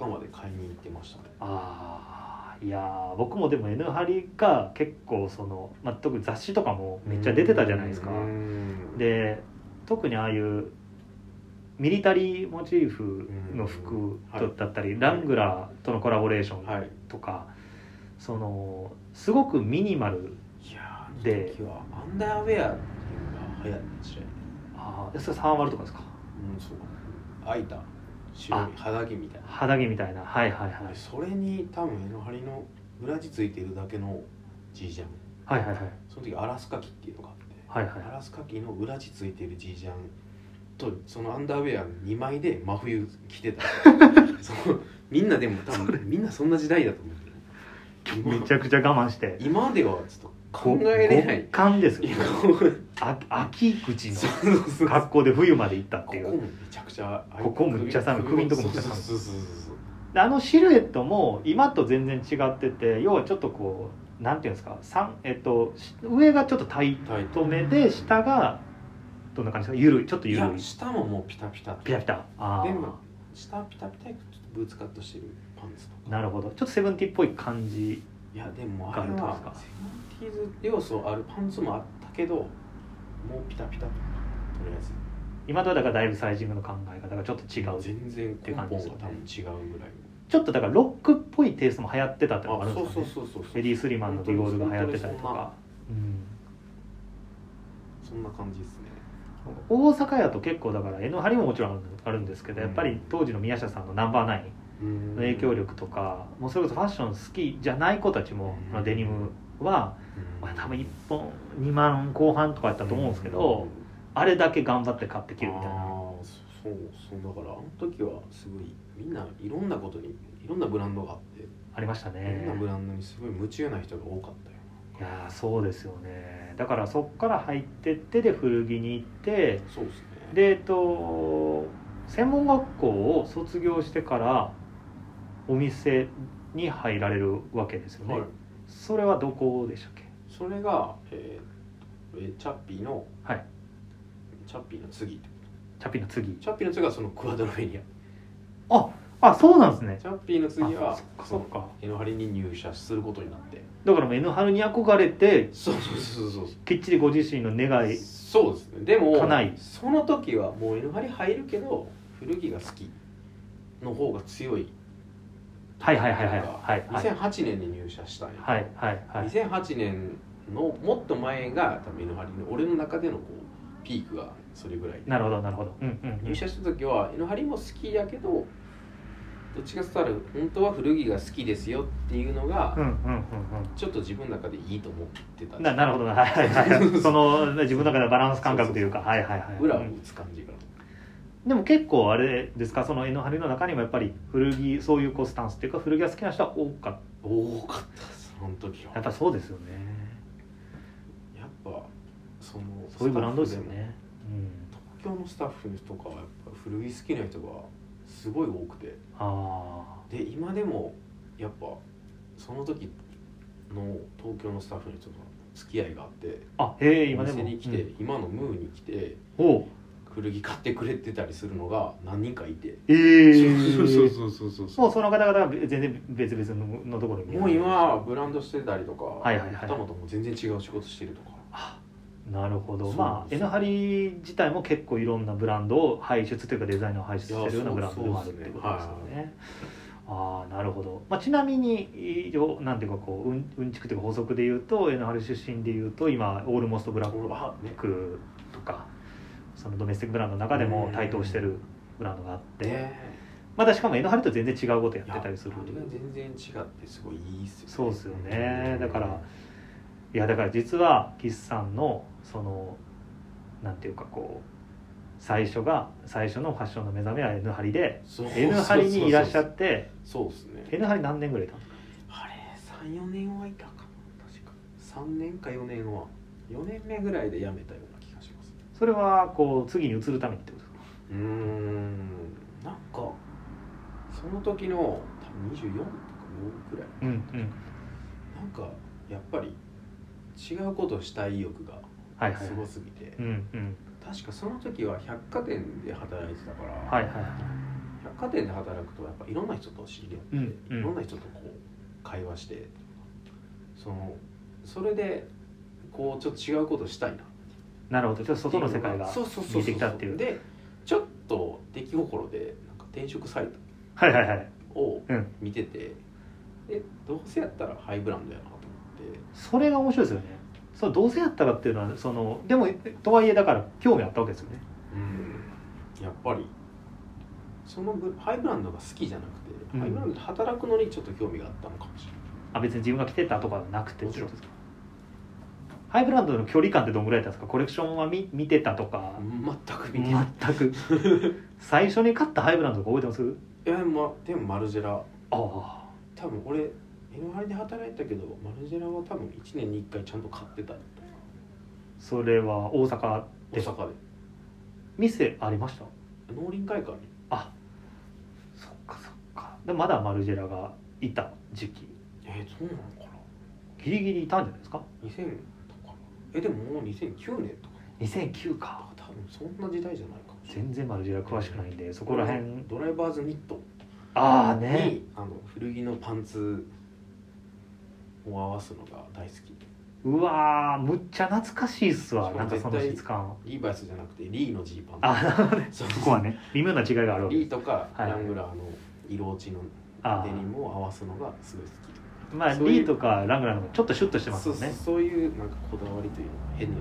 Speaker 3: 大阪まで買いに行ってましたね
Speaker 2: あーいやー僕もでも N ハリが結構その、まあ、特に雑誌とかもめっちゃ出てたじゃないですか
Speaker 3: うん
Speaker 2: で特にああいうミリタリーモチーフの服
Speaker 3: うんはい
Speaker 2: だったり、ラングラーとのコラボレーション
Speaker 3: はい
Speaker 2: とか、そのすごくミニマル
Speaker 3: いやー
Speaker 2: で
Speaker 3: あの時はアンダーウェアっていうのが流行った時代
Speaker 2: あーそれサーマルとかですか
Speaker 3: うんそう開いた白い肌着みたいな
Speaker 2: 肌着みたいなはいはいはい
Speaker 3: でそれに多分江ノ張の裏地ついてるだけの G ジャン
Speaker 2: はいはいはい
Speaker 3: その時アラスカ機っていうのがあって
Speaker 2: はいはい
Speaker 3: アラスカ機の裏地ついてる G ジャンとそのアンダーウェア2枚で真冬着てた そのみんなでも多分みんなそんな時代だと思う
Speaker 2: めちゃくちゃ我慢して
Speaker 3: 今ではちょっと考えれない
Speaker 2: 極寒ですよ
Speaker 3: いやこう
Speaker 2: あ秋口
Speaker 3: そう
Speaker 2: の
Speaker 3: そうそうこ
Speaker 2: 格好で冬まで行ったっ
Speaker 3: こ
Speaker 2: てい
Speaker 3: も
Speaker 2: う
Speaker 3: めちゃくちゃ
Speaker 2: ここむっちゃ寒い首んとこむっちゃ寒い
Speaker 3: そうそうそうそう
Speaker 2: であのシルエットも今と全然違ってて要はちょっとこうなんていうんですかさん、えっと、し上がちょっとタイ
Speaker 3: タイト
Speaker 2: トめで下がどんな感じですかゆるいちょっと
Speaker 3: い
Speaker 2: ゆ
Speaker 3: や
Speaker 2: るい
Speaker 3: 下ももうピタピタ
Speaker 2: ピタピタあー
Speaker 3: でも下ピタピタやけどちょっとブーツカットしてるパンツとか
Speaker 2: なるほどちょっとセブンティーっぽい感じ
Speaker 3: いやでもあ
Speaker 2: ガ
Speaker 3: れ
Speaker 2: ムとか
Speaker 3: は
Speaker 2: ですか
Speaker 3: セブンティーズ要素あるパンツもあったけどもうピタピタとりあえず
Speaker 2: 今とはだからだいぶサイジングの考え方がちょっと違う
Speaker 3: 全然根本が多分違うぐらい
Speaker 2: ちょっとだからロックっぽいテイストも流行ってたってのがあ
Speaker 3: あ
Speaker 2: るんで
Speaker 3: そう
Speaker 2: すか
Speaker 3: そう
Speaker 2: ね
Speaker 3: そうそうそ
Speaker 2: エ
Speaker 3: う
Speaker 2: ディ・スリマンのディゴールが流行ってたりとか、うん、
Speaker 3: そんな感じですね
Speaker 2: 大阪やと結構だから江ノ張ももちろんあるあるんですけどやっぱり当時の宮下さんのナンバーナイン
Speaker 3: うん
Speaker 2: の影響力とか、もうそれこそファッション好きじゃない子たちも、
Speaker 3: うん
Speaker 2: まあ、デニムは、まあ、多分1本2万後半とかやったと思うんですけど、あれだけ頑張って買ってき
Speaker 3: あ
Speaker 2: るみたいな
Speaker 3: あそうそうだからあの時はすごいみんないろんなことにいろんなブランドがあって
Speaker 2: ありました
Speaker 3: いろん
Speaker 2: ね
Speaker 3: なブランドにすごい夢中な人が多かったよ
Speaker 2: いやーそうですよねだからそっから入ってってで古着に行って
Speaker 3: そうですね
Speaker 2: でえっと専門学校を卒業してからお店に入られるわけですよね、
Speaker 3: はい
Speaker 2: それはどこでしたっけ
Speaker 3: それが、えーえーチャッピーの、
Speaker 2: はい
Speaker 3: チャッピーの次ってこ
Speaker 2: チャピの次
Speaker 3: とチャッピーの次はそのクアドロフェリア
Speaker 2: あそうなんですね
Speaker 3: チャッピーの次
Speaker 2: あ
Speaker 3: は
Speaker 2: そっかそっか
Speaker 3: 江ノ張に入社することになって
Speaker 2: だからもう N 春に憧れて
Speaker 3: そうそうそうそうそう
Speaker 2: きっちりご自身の願い
Speaker 3: そうですねでも
Speaker 2: 家内
Speaker 3: その時はもう江ノ張入るけど古着が好きの方が強い
Speaker 2: はいはいはいはいはいはい
Speaker 3: 2008年に入社したんや、
Speaker 2: はいはいはい
Speaker 3: 2008年のもっと前が多分江ノ張の俺の中でのこうピークがそれぐらいで
Speaker 2: なるほどなるほどうんうん
Speaker 3: 入社した時は江ノ張も好きやけどどっちか伝わる本当は古着が好きですよっていうのが、
Speaker 2: うんうんうん
Speaker 3: ちょっと自分の中でいいと思ってた
Speaker 2: うんななるほどなはいはいはい その自分の中でバランス感覚というか
Speaker 3: そそ
Speaker 2: はいはいはい
Speaker 3: 裏を
Speaker 2: う
Speaker 3: 打
Speaker 2: ん
Speaker 3: つ感じが、
Speaker 2: でも結構あれですかその江ノ張の中にもやっぱり古着そういうこうスタンスっていうか古着が好きな人は多かっ
Speaker 3: 多かったその時は
Speaker 2: たやっ
Speaker 3: やっ
Speaker 2: ぱそうですよね
Speaker 3: ぱその
Speaker 2: そういうブランドですよ
Speaker 3: スタッフ
Speaker 2: ねうん
Speaker 3: も東京のスタッフとかはやっぱ古着好きな人がすごい多くて
Speaker 2: あ
Speaker 3: で今でもやっぱその時の東京のスタッフの人と付き合いがあって
Speaker 2: ああへえ
Speaker 3: お
Speaker 2: 今でも
Speaker 3: 店に来て、
Speaker 2: うん
Speaker 3: 今のムーに来て
Speaker 2: おう
Speaker 3: 古着買ってくれてたりするのが何人かいて、
Speaker 2: ええ
Speaker 3: そうそうそう
Speaker 2: もうその方々は全然別々ののところに
Speaker 3: もう今はブランドしてたりとか、
Speaker 2: はいはいはい
Speaker 3: はたまたもう全然違う仕事してるとか
Speaker 2: なるほど
Speaker 3: そう
Speaker 2: まあ
Speaker 3: そう
Speaker 2: エノハリ自体も結構いろんなブランドを排出というかデザインを排出してるようないブラ
Speaker 3: や
Speaker 2: ン
Speaker 3: そ
Speaker 2: ド
Speaker 3: う
Speaker 2: でもあるってことです
Speaker 3: そうです
Speaker 2: よね。ああなるほど、まあ、ちなみにいよなんていうかこううんうんちくというか法則で言うとエノハリ出身で言うと今オールモストブラッ
Speaker 3: あね
Speaker 2: クとかそのドメスティックブランドの中でも
Speaker 3: うん
Speaker 2: 台頭してるブランドがあっ
Speaker 3: ね
Speaker 2: て、またしかもエノハリと全然違うことやっ
Speaker 3: い
Speaker 2: て
Speaker 3: や
Speaker 2: たりする
Speaker 3: あれが全然違ってすごいいいっすよね
Speaker 2: そうですよねだからいやだから実は岸さんのそのなんていうかこう最初が最初のファッションの目覚めは N ハリで
Speaker 3: そう
Speaker 2: N ハリにいらっしゃって
Speaker 3: そうですね
Speaker 2: N ハリ何年ぐらいいたんですか
Speaker 3: あれ34年はいたかな確か3年か4年は4年目ぐらいで辞めたような気がします
Speaker 2: それはこう次に移るためにってことですか
Speaker 3: うーんなんかその時の多分24とかくらい
Speaker 2: うんうん
Speaker 3: なんかやっぱり違うことをしたい意欲が
Speaker 2: はいはい
Speaker 3: すごすぎて、
Speaker 2: うんうん
Speaker 3: 確かその時は百貨店で働いてたから、
Speaker 2: はいはい
Speaker 3: 百貨店で働くとやっぱいろんな人と知り合って、
Speaker 2: うんうん
Speaker 3: いろんな人とこう会話してそのそれでこうちょっと違うことしたいな
Speaker 2: なるほどちょっと外の世界が
Speaker 3: そうそうそうそう
Speaker 2: 見えてきたっていう
Speaker 3: でちょっと出来心でなんか転職サイ
Speaker 2: はいはいはい
Speaker 3: トを
Speaker 2: うん
Speaker 3: 見てて、でどうせやったらハイブランドやなと思って
Speaker 2: それが面白いですよねそうどうせやったらっていうのはそのでもとはいえだから興味あったわけですよね
Speaker 3: うんやっぱりそのブハイブランドが好きじゃなくて、
Speaker 2: うん
Speaker 3: ハイブランドで働くのにちょっと興味があったのかもしれない
Speaker 2: あ別に自分が着てたとかはなくて
Speaker 3: もちろん
Speaker 2: ってことですかハイブランドの距離感ってどんぐらいだったんですかコレクションは見見てたとか
Speaker 3: 全く見てない、
Speaker 2: 全 く最初に買ったハイブランドとか覚えてます
Speaker 3: いやまあでもマルジェラ
Speaker 2: あ
Speaker 3: 多分俺 N ハリで働いたけどマルジェラは多分1年に1回ちゃんと買ってた
Speaker 2: あそれは大阪で
Speaker 3: 大阪で
Speaker 2: 店ありました
Speaker 3: 農林会館に
Speaker 2: あそっかそっかでまだマルジェラがいた時期
Speaker 3: えー、そうなのかな
Speaker 2: ギリギリいたんじゃないですか
Speaker 3: 2000とかなえでももう2009年とか
Speaker 2: 2009か
Speaker 3: あ多分そんな時代じゃないかもしれない
Speaker 2: 全然マルジェラ詳しくないんでそこら辺
Speaker 3: ドライバーズニット
Speaker 2: ああ
Speaker 3: に、
Speaker 2: ね
Speaker 3: あの古着のパンツを合わすのが大好き
Speaker 2: うわーむっちゃ懐かしいっすわ
Speaker 3: しか
Speaker 2: な
Speaker 3: も
Speaker 2: んかその
Speaker 3: 絶対
Speaker 2: 質感
Speaker 3: リーバイスじゃなくてリーのジーパン
Speaker 2: あなるほどね
Speaker 3: そう
Speaker 2: そこはね微妙な違いがあるわけ
Speaker 3: リ
Speaker 2: で
Speaker 3: ー
Speaker 2: す
Speaker 3: とか
Speaker 2: はい
Speaker 3: ラングラーの色落ちの
Speaker 2: あ
Speaker 3: デニ
Speaker 2: ー
Speaker 3: ムを合わすのがすごい好き
Speaker 2: まあ
Speaker 3: そういう
Speaker 2: リーとかラングラーの方がちょっとシュッとしてます
Speaker 3: そう
Speaker 2: よね
Speaker 3: そういうなんかこだわりというのが変な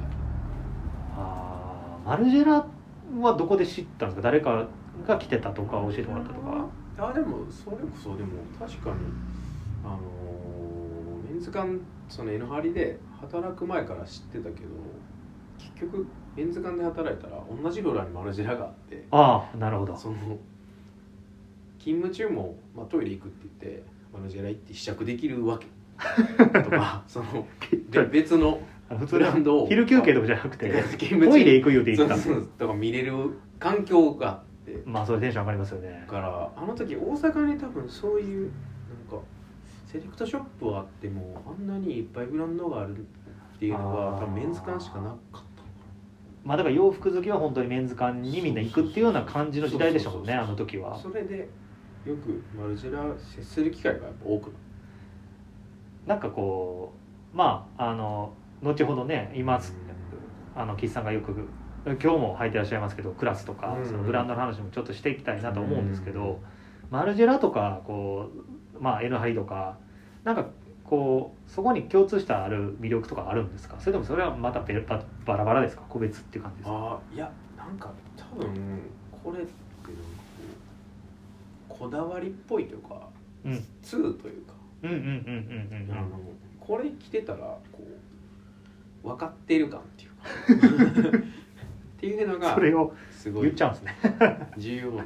Speaker 2: あーマルジェラはどこで知ったんですか誰かが来てたとか教えてもらったとか
Speaker 3: あでもそれこそでも確かにあのーメンズ館その N ハリで働く前から知ってたけど結局メンズ館で働いたら同じフロアにマルジェラがあって
Speaker 2: ああなるほど
Speaker 3: その勤務中も、まあ、トイレ行くって言ってマルジェラ行って試着できるわけとかそので別の
Speaker 2: あの普
Speaker 3: ブ
Speaker 2: 通
Speaker 3: ラン
Speaker 2: に
Speaker 3: ドを
Speaker 2: 昼休憩とかじゃなくて
Speaker 3: 勤務中
Speaker 2: トイレ行くよって言
Speaker 3: そ
Speaker 2: っ
Speaker 3: う
Speaker 2: た
Speaker 3: そうそうとか見れる環境があって
Speaker 2: まあそれテンション上がりますよね
Speaker 3: だからあの時大阪に多分そういうなんかセレクトショップはあってもあんなにいっぱいブランドがあるっていうの
Speaker 2: あー
Speaker 3: が多分メンズ館しかなかったのか
Speaker 2: まあだから洋服好きは本当にメンズ館にみんな行くっていうような感じの時代でしたもんね
Speaker 3: そう
Speaker 2: あ
Speaker 3: そう
Speaker 2: の時
Speaker 3: な
Speaker 2: は
Speaker 3: それでよくマルジェラ接する機会がやっぱ多くなっ
Speaker 2: なんかこうまああの後ほどね今
Speaker 3: た
Speaker 2: あの岸さんがよく今日も履いてらっしゃいますけどクラスとか、
Speaker 3: うん
Speaker 2: そのブランドの話もちょっとしていきたいなと思うんですけど、マルジェラとかこう、まあ、N ハリとかなんかこうそこに共通したある魅力とかあるんですかそれともそれはまたベルババラバラですか個別っていう感じですか
Speaker 3: ああいやなんか多分これってなんかこうこだわりっぽいというか、
Speaker 2: うん
Speaker 3: ツーというか
Speaker 2: うんうんうんうんう
Speaker 3: あの
Speaker 2: ん
Speaker 3: これ着てたらこう分かってる感ってい うかっていうのが
Speaker 2: それを
Speaker 3: すご
Speaker 2: 言っ
Speaker 3: い
Speaker 2: ちゃうんですね
Speaker 3: 重要な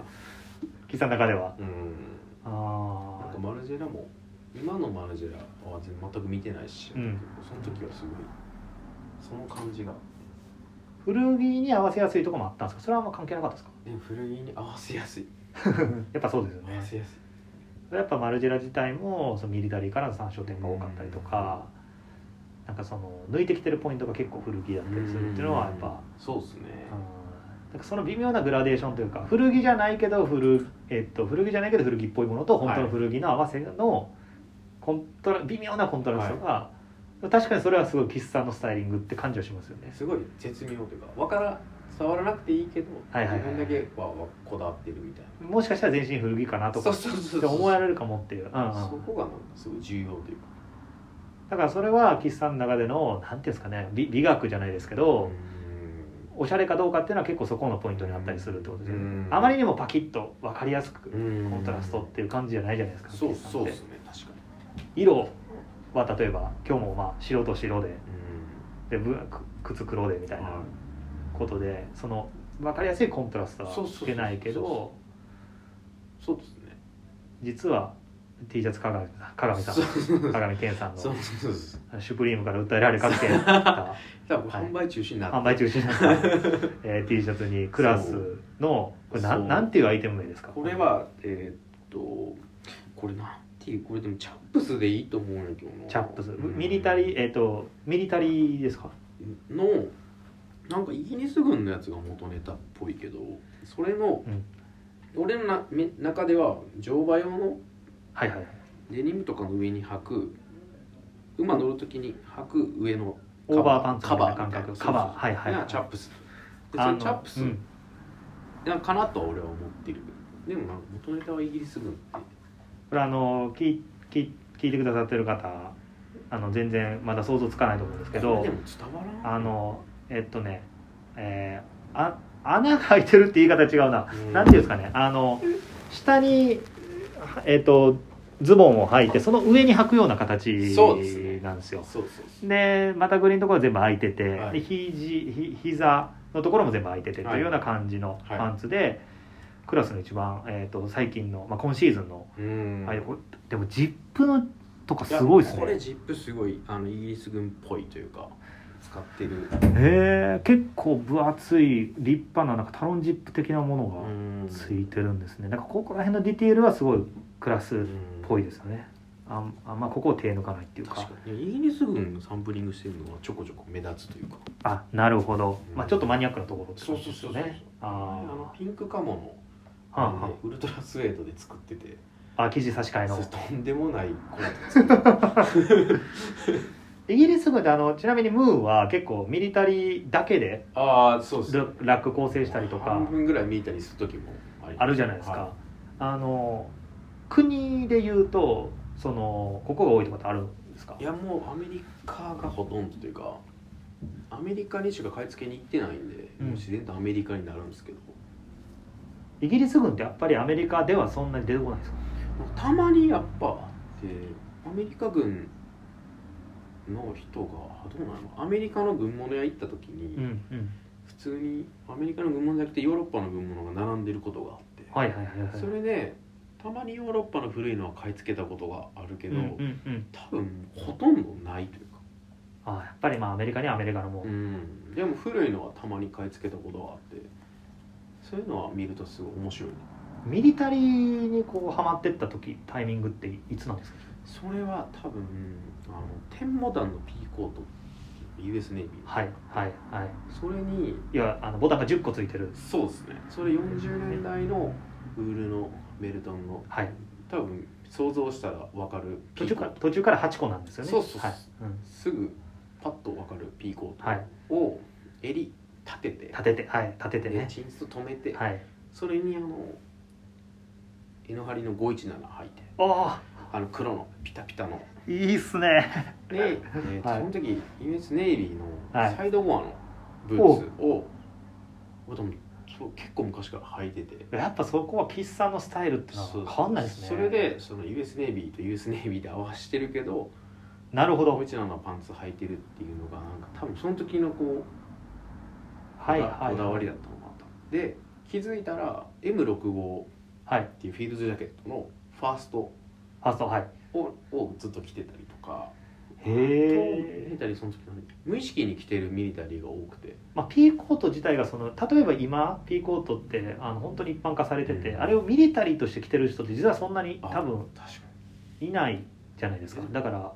Speaker 2: 岸さんの中では
Speaker 3: うん
Speaker 2: あ
Speaker 3: なんか
Speaker 2: あ
Speaker 3: マルジェラも今のマルジェラは全全く見てないし、
Speaker 2: うん
Speaker 3: その時はすごいその感じが
Speaker 2: 古着に合わせやすいとこもあったんですかそれはあんま関係なかったですか
Speaker 3: で古着に合わせやすい
Speaker 2: やっぱそうですよ
Speaker 3: 合
Speaker 2: ね
Speaker 3: わせやすい
Speaker 2: やっぱマルジェラ自体もそのミリタリーからの参照点が多かったりとか、なんかその抜いてきてるポイントが結構古着だったりするっていうのはやっぱ、
Speaker 3: そうですね
Speaker 2: うんなんかその微妙なグラデーションというか古着じゃないけど古,、えっと、古着じゃないけど古着っぽいものと本当の古着の合わせのコントラ微妙なコントラストが、確かにそれはすごい岸さんのスタイリングって感じはしますよね。
Speaker 3: すごい絶妙というか分から伝わらなくていいけど、
Speaker 2: はいはいはい
Speaker 3: 自分だけはわこだわってるみたいな
Speaker 2: もしかしたら全身古着かなとかっ
Speaker 3: そうそ
Speaker 2: て思われるかもっていう。うんうん
Speaker 3: そこがなんかすごい重要というか、
Speaker 2: だからそれは岸さんの中でのなんていうんですかね美美学じゃないですけど、おしゃれかどうかっていうのは結構そこのポイントにあったりするってことですよね
Speaker 3: うん
Speaker 2: あまりにもパキッと分かりやすく
Speaker 3: うん
Speaker 2: コントラストっていう感じじゃないじゃないですか
Speaker 3: そう
Speaker 2: 岸さんって
Speaker 3: そうですね確かに
Speaker 2: 色は例えば今日もまあ白と白ででぶく靴黒でみたいな
Speaker 3: は
Speaker 2: ことで、その分かりやすいコントラストは
Speaker 3: そうそうそう
Speaker 2: 出ないけど
Speaker 3: そうですね
Speaker 2: 実は T シャツ鏡鏡さん
Speaker 3: そうそうそう
Speaker 2: 鏡健さん
Speaker 3: そう
Speaker 2: の
Speaker 3: そうそ
Speaker 2: 「
Speaker 3: う
Speaker 2: シュプリームから訴えられかけてた
Speaker 3: 多分販売中止にな
Speaker 2: 販
Speaker 3: る
Speaker 2: 売中止になった、えー、T シャツにクラスのこれな
Speaker 3: そうん
Speaker 2: なんていうアイテム名ですか
Speaker 3: これはえーっとこれなんてティこれでもチャップスでいいと思うんやけどな
Speaker 2: チャップス
Speaker 3: うん
Speaker 2: ミリタリーえっ、とミリタリーですか
Speaker 3: のなんかイギリス軍のやつが元ネタっぽいけどそれの、
Speaker 2: うん
Speaker 3: 俺のなめ中では乗馬用の
Speaker 2: はいはいはい
Speaker 3: デニムとかの上に履く馬乗る時に履く上の
Speaker 2: オーバーパンツ
Speaker 3: カ
Speaker 2: みたいな
Speaker 3: バー
Speaker 2: 感
Speaker 3: みたいな
Speaker 2: 覚カバーはい
Speaker 3: そ
Speaker 2: はい
Speaker 3: うそうそう
Speaker 2: はい
Speaker 3: がチャップスでそ
Speaker 2: あ
Speaker 3: れ
Speaker 2: の
Speaker 3: チャップス
Speaker 2: うん
Speaker 3: なんかなとは俺は思ってるけどでもなんか元ネタはイギリス軍って
Speaker 2: これあの聞い聞い聞いてくださってる方あの全然まだ想像つかないと思うんですけ
Speaker 3: こ
Speaker 2: ど
Speaker 3: れでも伝わらん
Speaker 2: あのえっとねえーあ穴が開いてるって言い方違うな
Speaker 3: うん
Speaker 2: なんていうんですかねあの下にえっとズボンを履いてその上に履くような形
Speaker 3: そうですね
Speaker 2: なんですよ
Speaker 3: そうそうそう
Speaker 2: でまたグリーンのところは全部空いてて、
Speaker 3: は
Speaker 2: で
Speaker 3: い
Speaker 2: 肘ひ膝のところも全部空いてて、
Speaker 3: はい
Speaker 2: というような感じの
Speaker 3: はい
Speaker 2: パンツで、クラスの一番、えー、と最近の、まあ、今シーズンの、
Speaker 3: うん
Speaker 2: あれこれでもジップのとかすごいです
Speaker 3: やこれ
Speaker 2: ね
Speaker 3: ジップすごいあのイギリス軍っぽいというか使ってる
Speaker 2: へえ結構分厚い立派ななんかタロンジップ的なものがついてるんですね、なんかここら辺のディテールはすごいクラスっぽいですよねあんあんまここを手抜かないっていうか
Speaker 3: 確かにイギリス軍のサンプリングしてるのはちょこちょこ目立つというか
Speaker 2: あなるほど、
Speaker 3: うん
Speaker 2: まあ、ちょっとマニアックなところって
Speaker 3: そう
Speaker 2: 感じ
Speaker 3: そう
Speaker 2: ですよ
Speaker 3: そうそう
Speaker 2: ね
Speaker 3: あ
Speaker 2: あ
Speaker 3: のピンクカモの
Speaker 2: ーはあ
Speaker 3: あの
Speaker 2: は
Speaker 3: ねウルトラスウェードで作ってて
Speaker 2: ああ生地差し替えの
Speaker 3: そうとんでもないコート 作ってた
Speaker 2: イギリス軍であのちなみにムーは結構ミリタリーだけで
Speaker 3: ああそうです
Speaker 2: ララック構成したりとか
Speaker 3: 半分ぐらい見たりする時もあり
Speaker 2: あるじゃないですか、
Speaker 3: は
Speaker 2: あの国で言うとそのここが多いとかってあるんですか
Speaker 3: いいやもうアメリカがほとんどというかアメリカにしか買い付けに行ってないんで、
Speaker 2: うん
Speaker 3: もう自然とアメリカになるんですけど
Speaker 2: イギリス軍ってやっぱりアメリカではそんなに出てこないですか
Speaker 3: たまにやっぱあってアメリカ軍の人がどうなのアメリカの軍物屋行った時に、
Speaker 2: うんうん
Speaker 3: 普通にアメリカの軍物じゃなくてヨーロッパの軍物が並んでることがあって、
Speaker 2: はいはいはいはい
Speaker 3: それでたまにヨーロッパの古いのは買い付けたことがあるけ
Speaker 2: う
Speaker 3: ど、
Speaker 2: んうんうん
Speaker 3: 多分ほとんどないというか、
Speaker 2: あやっぱりまあアメリカにはアメリカのもう
Speaker 3: うん、でも古いのはたまに買い付けたことがあってそういうのは見るとすごい面白いね
Speaker 2: ミリタリーにこうハマってった時タイミングっていつなんですか
Speaker 3: それは多分あの天モダンのピーコート US ネイビーの
Speaker 2: はいはいはい
Speaker 3: それに
Speaker 2: いやあのボタンが10個ついてる
Speaker 3: そうですねそれ40年代のウールのベルトンの
Speaker 2: はい
Speaker 3: 多分想像したら分かるピ
Speaker 2: 途中
Speaker 3: ーコ
Speaker 2: から
Speaker 3: ート
Speaker 2: 途中から8個なんですよね
Speaker 3: そうそうそう
Speaker 2: はいうん、
Speaker 3: すぐパッと分かるピーコ
Speaker 2: はい
Speaker 3: ートを襟立てて
Speaker 2: 立ててはい立てて
Speaker 3: で
Speaker 2: ね
Speaker 3: チンスと止めて、
Speaker 2: はい
Speaker 3: それにあのエノハリの517履いて
Speaker 2: あ
Speaker 3: あの黒のピタピタの
Speaker 2: あいいっすね
Speaker 3: で、えーと
Speaker 2: はい
Speaker 3: その時 US ネイビーの
Speaker 2: はい
Speaker 3: サイドゴアのブーツを、俺多分そう結構昔から履いてて
Speaker 2: やっぱそこはピッサのスタイルっての
Speaker 3: そう
Speaker 2: は変わんないですね
Speaker 3: それでその US ネイビーと US ネイビーで合わせてるけど
Speaker 2: なるほど
Speaker 3: こいつらのパンツ履いてるっていうのがなんか多分その時のこう
Speaker 2: はいはい
Speaker 3: こだわりだったのかなとで気づいたら M65 っ
Speaker 2: はい
Speaker 3: ていうフィールドジャケットのファースト
Speaker 2: ファーストはい
Speaker 3: ををずっと着てたりとか
Speaker 2: へ
Speaker 3: とミリ
Speaker 2: え、
Speaker 3: タリーその時何無意識に着てるミリタリーが多くて
Speaker 2: まあ、ピーコート自体がその例えば今ピーコートってあの本当に一般化されてて、
Speaker 3: うん
Speaker 2: あれをミリタリーとして着てる人って実はそんなに
Speaker 3: あ
Speaker 2: 多分
Speaker 3: 確か
Speaker 2: いないじゃないですか
Speaker 3: うん
Speaker 2: だから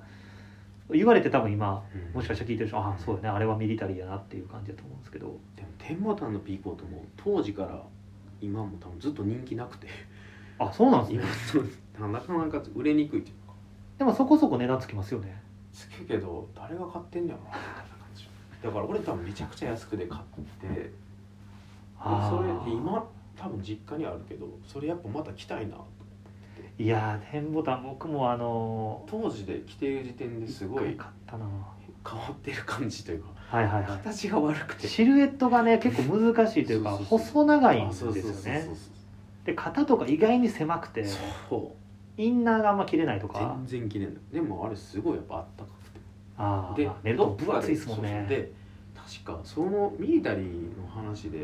Speaker 2: 言われて多分今
Speaker 3: に、
Speaker 2: もしかしたら聞いてる人ああそうだねあれはミリタリーやなっていう感じだと思うんですけど
Speaker 3: でも天満炭のピーコートも当時から今も多分ずっと人気なくて
Speaker 2: あそうなんですね
Speaker 3: 今そうなかなか売れにくいというか
Speaker 2: でもそこそこ値段つきますよね
Speaker 3: つけけど誰が買ってんだよなみたいな感じだから俺多分めちゃくちゃ安くで買ってで
Speaker 2: あ
Speaker 3: それ
Speaker 2: ー
Speaker 3: で今多分実家にあるけどそれやっぱまた着たいなと
Speaker 2: いやー天ボタン僕もあのー
Speaker 3: 当時で着ている時点ですご
Speaker 2: 一回
Speaker 3: い
Speaker 2: 買ったな
Speaker 3: 変わってる感じというか
Speaker 2: はいはいは
Speaker 3: 形が悪く
Speaker 2: い
Speaker 3: て
Speaker 2: シルエットがね結構難しいというか
Speaker 3: そうそうそう
Speaker 2: 細長いん
Speaker 3: あ
Speaker 2: です
Speaker 3: そ
Speaker 2: よ
Speaker 3: うそうそうそう
Speaker 2: ねで型とか意外に狭くて
Speaker 3: そう
Speaker 2: インナーがあんま切れないとか
Speaker 3: 全然着れないでもあれすごいやっぱあったかくて
Speaker 2: あ
Speaker 3: で
Speaker 2: あベルト分厚いですもん
Speaker 3: そうそう
Speaker 2: ね
Speaker 3: で確かそのミリタリーの話で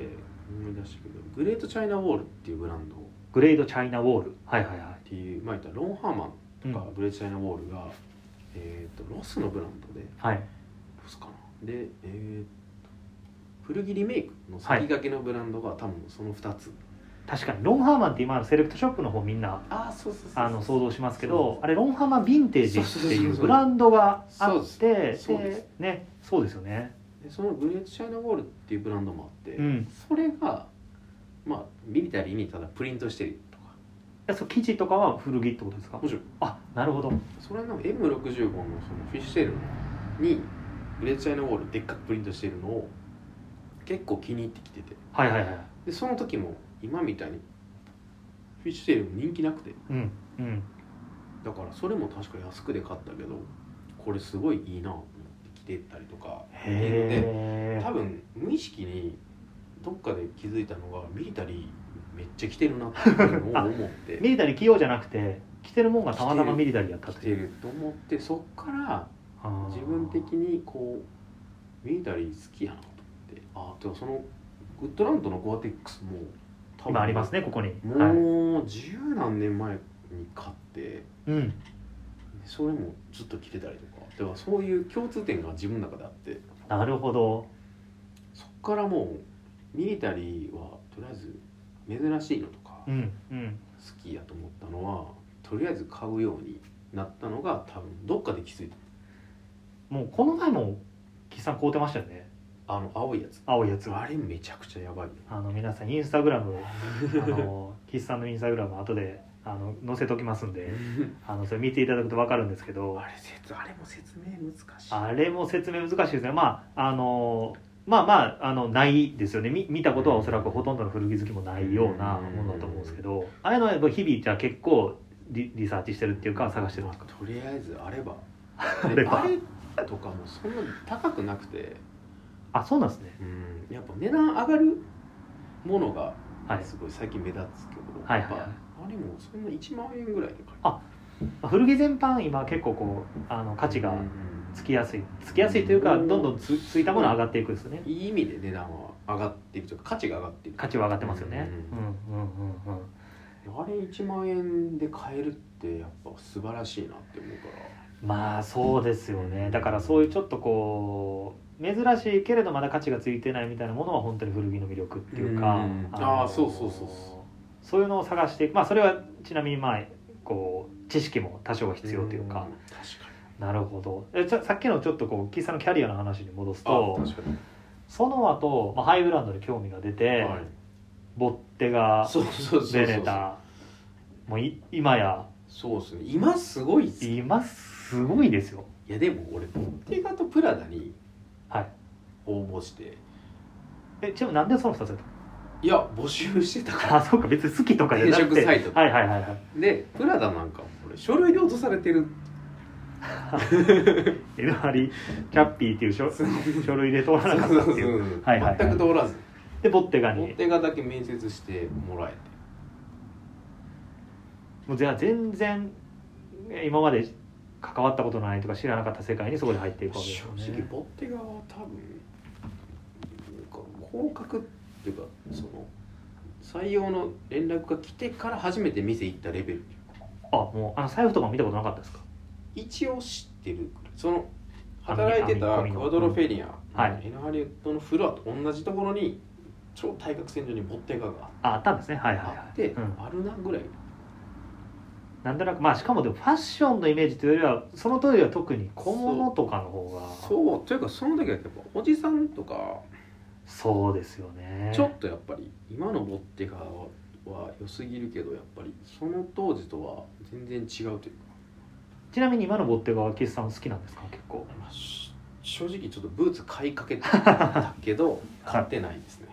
Speaker 3: 思い出したけどグレートチャイナウォールっていうブランドっ
Speaker 2: グレードチャイナウォールはいはいは
Speaker 3: ていうまあ言ったらロンハーマン
Speaker 2: い、うん
Speaker 3: とかグレートチャイナウォールが、えー、とロスのブランドで
Speaker 2: はい
Speaker 3: ロスかなで、えー、古着リメイクの先駆けのブランドが多分その2つ
Speaker 2: 確かにロンハーマンって今のセレクトショップの方みんな
Speaker 3: あそうそうそうそう
Speaker 2: あの想像しますけ
Speaker 3: そう
Speaker 2: ど
Speaker 3: です
Speaker 2: あれロンハーマンヴィンテージって
Speaker 3: そうそう
Speaker 2: い
Speaker 3: そう
Speaker 2: う
Speaker 3: そう
Speaker 2: ブランドがあ
Speaker 3: そう
Speaker 2: っ
Speaker 3: です
Speaker 2: て
Speaker 3: そうです
Speaker 2: でねそうですよね
Speaker 3: でそのグレートチャイナウォールっていうブランドもあって、
Speaker 2: うん
Speaker 3: それがまあミリタリーにただプリントしてるとか
Speaker 2: えそう生地とかは古着ってことですか
Speaker 3: もちろん
Speaker 2: あなるほど
Speaker 3: それの M65 のそのフィッシュテールにグレートチャイナウォールでっかくプリントしてるのを結構気に入ってきてて
Speaker 2: はいはいはい
Speaker 3: でその時も今みたいにフィッシュテールも人気なくて
Speaker 2: うんうん
Speaker 3: だからそれも確か安くで買ったけどこれすごいいいなと思って着てったりとかで
Speaker 2: へ
Speaker 3: 多分無意識にどっかで気づいたのがミリタリーめっちゃ着てるなっていうのを思っ
Speaker 2: え
Speaker 3: て
Speaker 2: ミリタリー着ようじゃなくて着てるもんがたまたまミリタリーやった
Speaker 3: 着
Speaker 2: と
Speaker 3: て
Speaker 2: いう
Speaker 3: ると思ってそっから
Speaker 2: あー
Speaker 3: 自分的にこうミリタリー好きやなと思ってあでもそのウッドランドのゴアテックスも多
Speaker 2: 今ありますねここにはい
Speaker 3: もう十何年前に買って
Speaker 2: うん
Speaker 3: それもずっと着てたりとかだからそういう共通点が自分の中であって
Speaker 2: なるほど
Speaker 3: そっからもうミリタリーはとりあえず珍しいのとか
Speaker 2: う
Speaker 3: 好
Speaker 2: んうん
Speaker 3: きやと思ったのはとりあえず買うようになったのが多分どっかで気づいた
Speaker 2: もうこの前も岸さん買うてましたよね
Speaker 3: あの青いやつ
Speaker 2: 青いやつは
Speaker 3: あれめちゃくちゃやばいね
Speaker 2: あの皆さんインスタグラ ムをあの岸さんのインスタグラム後であの載せときますんで あのそれ見ていただくと分かるんですけど
Speaker 3: あれ説あれも説明難しい
Speaker 2: あれも説明難しいですねまああのまあまああのないですよねみ見たことはおそらくほとんどの古着好きもないようなものだと思うんですけどああいうのはやっぱ日々じゃあ結構リリサーチしてるっていうか探してるんですか
Speaker 3: とりあえずあれば
Speaker 2: あれば
Speaker 3: あれとかもそんなに高くなくて
Speaker 2: あそうなんですね
Speaker 3: うんやっぱ値段上がるものが
Speaker 2: はい
Speaker 3: すごい最近目立つけど、
Speaker 2: はい
Speaker 3: やっ
Speaker 2: はいはい
Speaker 3: ぱあれもそんな1万円ぐらいで買える
Speaker 2: あまあ古着全般今結構こうあの価値がつきやすいつきやすいというか
Speaker 3: う
Speaker 2: どん
Speaker 3: ん
Speaker 2: どんつついたもの上がっていくんですよね
Speaker 3: いい意味で値段は上がってるというか価値が上がってる
Speaker 2: 価値は上がってますよね
Speaker 3: う
Speaker 2: うんうんうんうん
Speaker 3: あれ1万円で買えるってやっぱ素晴らしいなって思うから
Speaker 2: まあそうですよねだからそういうちょっとこう珍しいけれどまだ価値がついてないみたいなものは本当に古着の魅力っていうか、
Speaker 3: うん
Speaker 2: の
Speaker 3: あーそうそうそうそう
Speaker 2: そういうのを探していくまあそれはちなみにまあこう知識も多少は必要というか
Speaker 3: ん、確か
Speaker 2: なるほどえちょさっきのちょっとこう喫茶のキャリアの話に戻すと
Speaker 3: にあ確かに
Speaker 2: その後、まあ、ハイブランドで興味が出て、
Speaker 3: はい
Speaker 2: ボッテガ
Speaker 3: そうそうそうそう
Speaker 2: ベネタもうい今や
Speaker 3: そうですね今すごいっすい
Speaker 2: 今すごいですよ
Speaker 3: やでも俺ボッテガとプラダに
Speaker 2: はい
Speaker 3: 応募して
Speaker 2: えちなみになんでその2つやったの
Speaker 3: いや募集してたか
Speaker 2: あそうか別に好きとかじゃなくて
Speaker 3: 転職サイト
Speaker 2: はいはいはいはい
Speaker 3: らでプラダなんかこれ書類で落とされてる
Speaker 2: エドハリキャッピーっていう書
Speaker 3: そう
Speaker 2: 書類で通らなか
Speaker 3: そ
Speaker 2: っ
Speaker 3: う
Speaker 2: た
Speaker 3: そ
Speaker 2: っていう
Speaker 3: う
Speaker 2: はいはいはい
Speaker 3: 全く通らず
Speaker 2: でボッテガ
Speaker 3: ボ
Speaker 2: に
Speaker 3: ッテガだけ面接してもらえて
Speaker 2: もうじゃあ全然今まで関わったことないとか知らなかった世界にそこで入っていくわけです
Speaker 3: 正
Speaker 2: よ
Speaker 3: 直
Speaker 2: ね
Speaker 3: ボッテガは多分なんか合格っていうかその採用の連絡が来てから初めて店行ったレベル
Speaker 2: あもうあの財布とか見たことなかったですか
Speaker 3: 一応知ってるその
Speaker 2: あの
Speaker 3: 働いてたク
Speaker 2: あの
Speaker 3: ワ
Speaker 2: 見込みの
Speaker 3: ドロフェリア、
Speaker 2: はい
Speaker 3: エナハリウッドのフロアと同じところに超対角線上にボッテガが
Speaker 2: ああったんですねはいはい
Speaker 3: あ
Speaker 2: は
Speaker 3: っ
Speaker 2: い、
Speaker 3: て、
Speaker 2: うん、
Speaker 3: あるなぐらい
Speaker 2: なんとなくまあしかもでもファッションのイメージというよりはその当時は特に小物とかの方がそう
Speaker 3: そうというかその時はやっぱおじさんとか
Speaker 2: ですよね
Speaker 3: ちょっとやっぱり今のボッテガは良すぎるけどやっぱりその当時とは全然違うというか
Speaker 2: ちなみに今のボッテガは岸さん好きなんですか結構
Speaker 3: まあし正直ちょっとブーツ買いかけたけど
Speaker 2: はい
Speaker 3: 買ってないですね、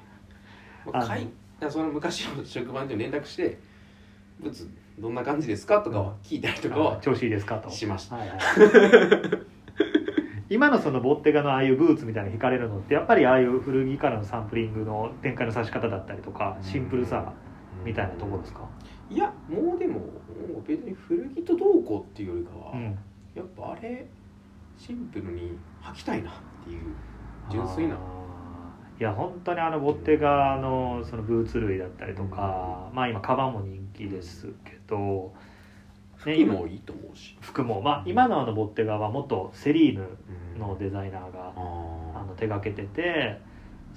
Speaker 3: まあ
Speaker 2: あの
Speaker 3: 買いその昔の職場に連絡してブーツどんな感じですかとかは聞いたりとか
Speaker 2: あ
Speaker 3: は
Speaker 2: 調子いいですかと
Speaker 3: しました
Speaker 2: はいはい今のそのボッテガのああいうブーツみたいに惹かれるのってやっぱりああいう古着からのサンプリングの展開の差し方だったりとかシンプルさみたいなところですか、
Speaker 3: いやもうでももう別に古着とどうこうっていうよりかは、
Speaker 2: うん、
Speaker 3: やっぱあれシンプルに履きたいなっていう純粋な
Speaker 2: あーいや本当にあのボッテガのそのブーツ類だったりとか、まあ今カバンも人気ですけどね
Speaker 3: 服もいいと思うし、
Speaker 2: 服もまあ今のあのボッテガは元セリーヌのデザイナーが
Speaker 3: あ
Speaker 2: あ
Speaker 3: ー
Speaker 2: の手がけてて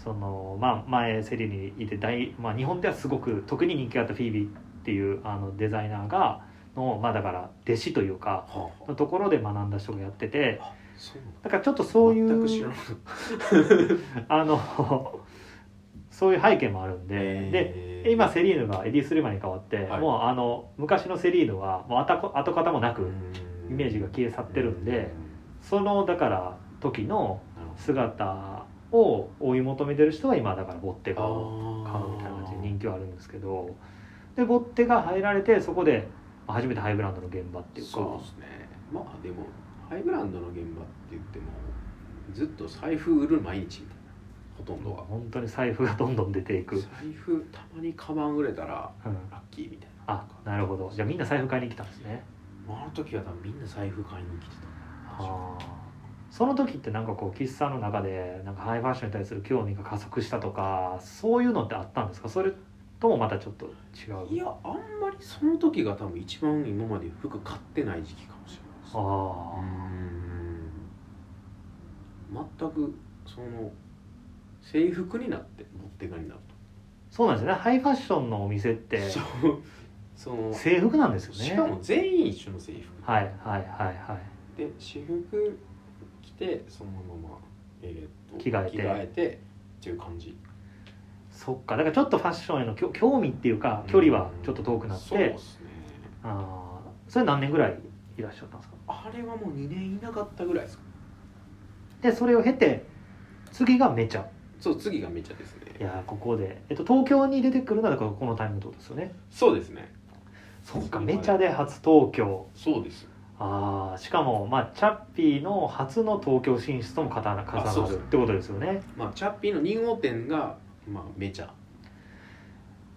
Speaker 2: その、まあ、前セリにいて大、まあ、日本ではすごく特に人気があったフィービーっていうあのデザイナーがの、まあ、だから弟子というか
Speaker 3: はあ、
Speaker 2: のところで学んだ人がやってて
Speaker 3: そう
Speaker 2: だからちょっとそうい
Speaker 3: 全く知ら
Speaker 2: う
Speaker 3: なかった
Speaker 2: あのそういう背景もあるんで、で
Speaker 3: えー
Speaker 2: 今セリーヌがエディ・スリーマンに変わって、
Speaker 3: はい
Speaker 2: もうあの昔のセリーヌはもう跡こ跡形もなくイメージが消え去ってるんで、そのだから時の
Speaker 3: うんなるほ
Speaker 2: 姿を追い求めてる人は今だからボッテガを買
Speaker 3: ど
Speaker 2: うみたいな感じで
Speaker 3: あー
Speaker 2: 人気はあるんですけどでボッテが入られてそこでまあ初めてハイブランドの現場っていうか
Speaker 3: そうですねまあでもハイブランドの現場って言ってもずっと財布売る毎日みたいなほとんどが
Speaker 2: 本当に財布がどんどん出ていく、
Speaker 3: 財布たまにカバン売れたら
Speaker 2: うん
Speaker 3: ラッキーみたいな
Speaker 2: あなるほどじゃあみんな財布買いに来たんですね
Speaker 3: あの時は多分みんな財布買いに来て
Speaker 2: はあその時ってなんかこう喫茶の中でなんかハイファッションに対する興味が加速したとかそういうのってあったんですかそれともまたちょっと違
Speaker 3: た
Speaker 2: う
Speaker 3: いやあんまりその時が多分一番今まで服買ってない時期かもしれないです
Speaker 2: あ
Speaker 3: う
Speaker 2: ー
Speaker 3: ーん全くその制服になって持ってかになる
Speaker 2: そうなんですよねハイファッションのお店って
Speaker 3: とそうその
Speaker 2: 制服なんですよね
Speaker 3: しかも全員一緒の制服
Speaker 2: はいはいはいはい
Speaker 3: で私服着てそのまま、えーっと
Speaker 2: 着替えて
Speaker 3: 着替えてっていう感じ
Speaker 2: そっかだからちょっとファッションへのきょ興味っていうか距離はちょっと遠くなっ
Speaker 3: そうで
Speaker 2: て
Speaker 3: すね
Speaker 2: あーそれ何年ぐらいいらっしゃったんですか
Speaker 3: あれはもう2年いなかったぐらいですかね
Speaker 2: でそれを経て次がめちゃ
Speaker 3: そう次がめっちゃです
Speaker 2: い
Speaker 3: ね
Speaker 2: やーここで、えっと、東京に出てくるのはだからこのタイミングってことですよね
Speaker 3: そうですね
Speaker 2: そっ
Speaker 3: そ
Speaker 2: か
Speaker 3: うですね
Speaker 2: めちゃで初東京
Speaker 3: そうです
Speaker 2: ああしかもまあチャッピーの初の東京進出とも重な重
Speaker 3: あそう
Speaker 2: な
Speaker 3: そう
Speaker 2: るってことですよね
Speaker 3: まあチャッピーの2号店がまあめちゃ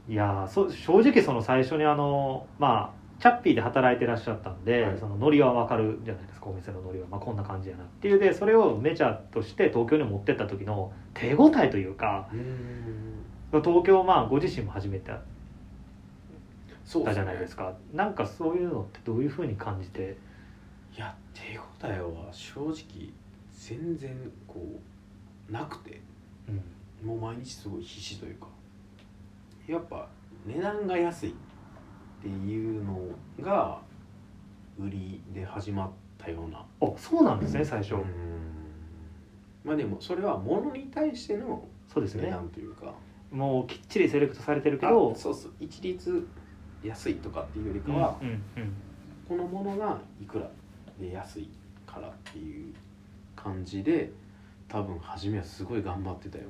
Speaker 2: いやーそ正直その最初にあのまあチャッピーで働いてらっしゃったんで、
Speaker 3: はい
Speaker 2: そのノリはわかるじゃないですかお店のノリは、まあ、こんな感じやなっていうでそれをメジャーとして東京に持ってった時の手応えというか
Speaker 3: うん
Speaker 2: 東京まあご自身も初めてだっ
Speaker 3: そう
Speaker 2: たじゃないです
Speaker 3: か
Speaker 2: かなんかそういうのってどういうふうに感じて
Speaker 3: いや手応えは正直全然こうなくて
Speaker 2: うん
Speaker 3: もう毎日すごい必死というかやっぱ値段が安いっていうのが売りで始まったような
Speaker 2: あそうなんですね最初、
Speaker 3: まあでもそれは物に対しての
Speaker 2: そうです
Speaker 3: 値
Speaker 2: ね
Speaker 3: 段というか
Speaker 2: もうきっちりセレクトされてるけ
Speaker 3: あ
Speaker 2: ど
Speaker 3: そうそう一律安いとかっていうよりかは、
Speaker 2: うんうん
Speaker 3: このものがいくらで安いからっていう感じで多分初めはすごい頑張ってたよ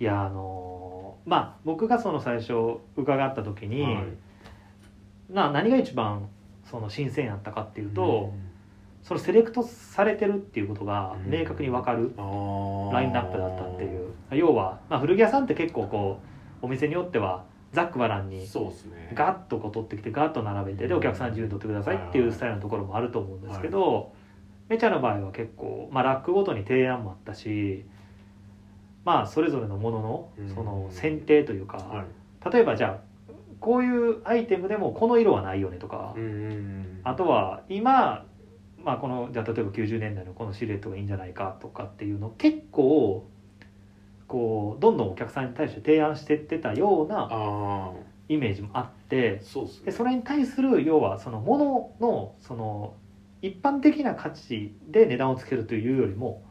Speaker 3: う
Speaker 2: いやあのーまあ僕がその最初伺った時に、
Speaker 3: な、はい
Speaker 2: な何が一番その新鮮やったかっていうと、
Speaker 3: うん
Speaker 2: そのセレクトされてるっていうことが
Speaker 3: うん
Speaker 2: 明確に分かる
Speaker 3: あー
Speaker 2: ラインナップだったっていう、要は、まあ、古着屋さんって結構こうお店によってはざっくばらんに
Speaker 3: そうですね
Speaker 2: ガッとこう取ってきてガッと並べてでお客さん自由に取ってくださいっていうスタイルのところもあると思うんですけど、メチャの場合は結構、まあ、ラックごとに提案もあったしまあそれぞれのものの
Speaker 3: うん
Speaker 2: その選定というか、
Speaker 3: はい
Speaker 2: 例えばじゃあこういうアイテムでもこの色はないよねとか、
Speaker 3: うんうんうん
Speaker 2: あとは今、まあ、このじゃあ例えば90年代のこのシルエットがいいんじゃないかとかっていうのを結構こうどんどんお客さんに対して提案してってたような
Speaker 3: あ
Speaker 2: イメージもあって
Speaker 3: ーそうですね
Speaker 2: でそれに対する要はそのもののその一般的な価値で値段をつけるというよりも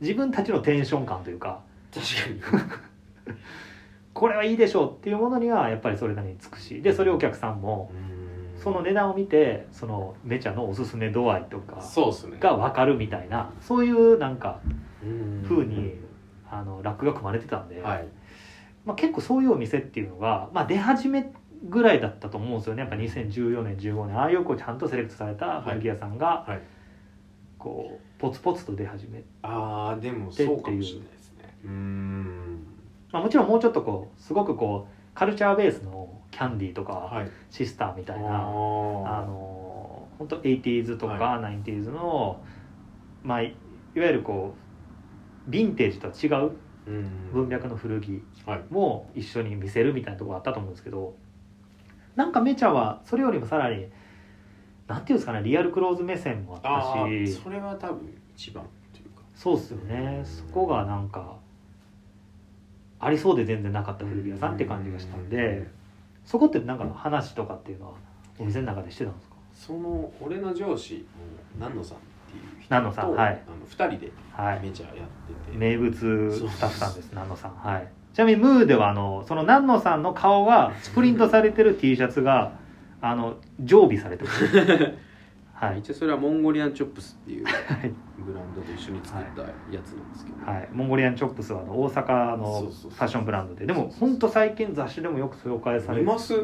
Speaker 2: 自分たちのテンション感というか
Speaker 3: 確か
Speaker 2: これはいいでしょうっていうものにはやっぱりそれなりにつくしでそれをお客さんも
Speaker 3: にうん
Speaker 2: その値段を見てそのめちゃのおすすめ度合いとか
Speaker 3: そうですね
Speaker 2: が分かるみたいなそういうなんか
Speaker 3: ふ
Speaker 2: 風にあのラックが組まれてたんで、
Speaker 3: はい
Speaker 2: まあ、結構そういうお店っていうのが、まあ、出始めぐらいだったと思うんですよねやっぱ2014年15年ああいうこうちゃんとセレクトされた古着屋さんが、
Speaker 3: いはい
Speaker 2: こうポツポツと出始め、
Speaker 3: ああでも
Speaker 2: で
Speaker 3: そうかもしれないですねうん
Speaker 2: まあ、もちろんもうちょっとこうすごくこうカルチャーベースのキャンディーとか、
Speaker 3: はい
Speaker 2: シスターみたいなあ
Speaker 3: あ
Speaker 2: の本当 80s とか
Speaker 3: は
Speaker 2: 90s の、まあ、いいわゆるこうヴィンテージとは違う
Speaker 3: ーうん
Speaker 2: 文脈の古着
Speaker 3: はい
Speaker 2: も一緒に見せるみたいなところあったと思うんですけどなんかメチャはそれよりもさらになんていうんですかねリアルクローズ目線もあ
Speaker 3: あ
Speaker 2: った
Speaker 3: ー
Speaker 2: し
Speaker 3: それは多分一番というか
Speaker 2: そうっすよねそこがなんかありそうで全然なかった古着屋さんって感じがしたんでそこってなんか話とかっていうのはお店の中でしてたんですか
Speaker 3: その俺の上司の南野さんっていう人
Speaker 2: 南野さん
Speaker 3: と、
Speaker 2: はい
Speaker 3: あの2人で
Speaker 2: はい
Speaker 3: メジャーやってて、
Speaker 2: 名物スタッフさんです南野さんはいちなみにムーではあのその南野さんの顔がプリントされてる T シャツがあの常備されて るはい、
Speaker 3: 一応それはモンゴリアンチョップスっていう
Speaker 2: はい
Speaker 3: ブランドと一緒に作ったやつなんですけど、
Speaker 2: はい、モンゴリアンチョップスはあの大阪
Speaker 3: そう
Speaker 2: の
Speaker 3: そうそう
Speaker 2: ファッションブランドででも本当最近雑誌でもよく紹介され
Speaker 3: 見
Speaker 2: る
Speaker 3: ます
Speaker 2: い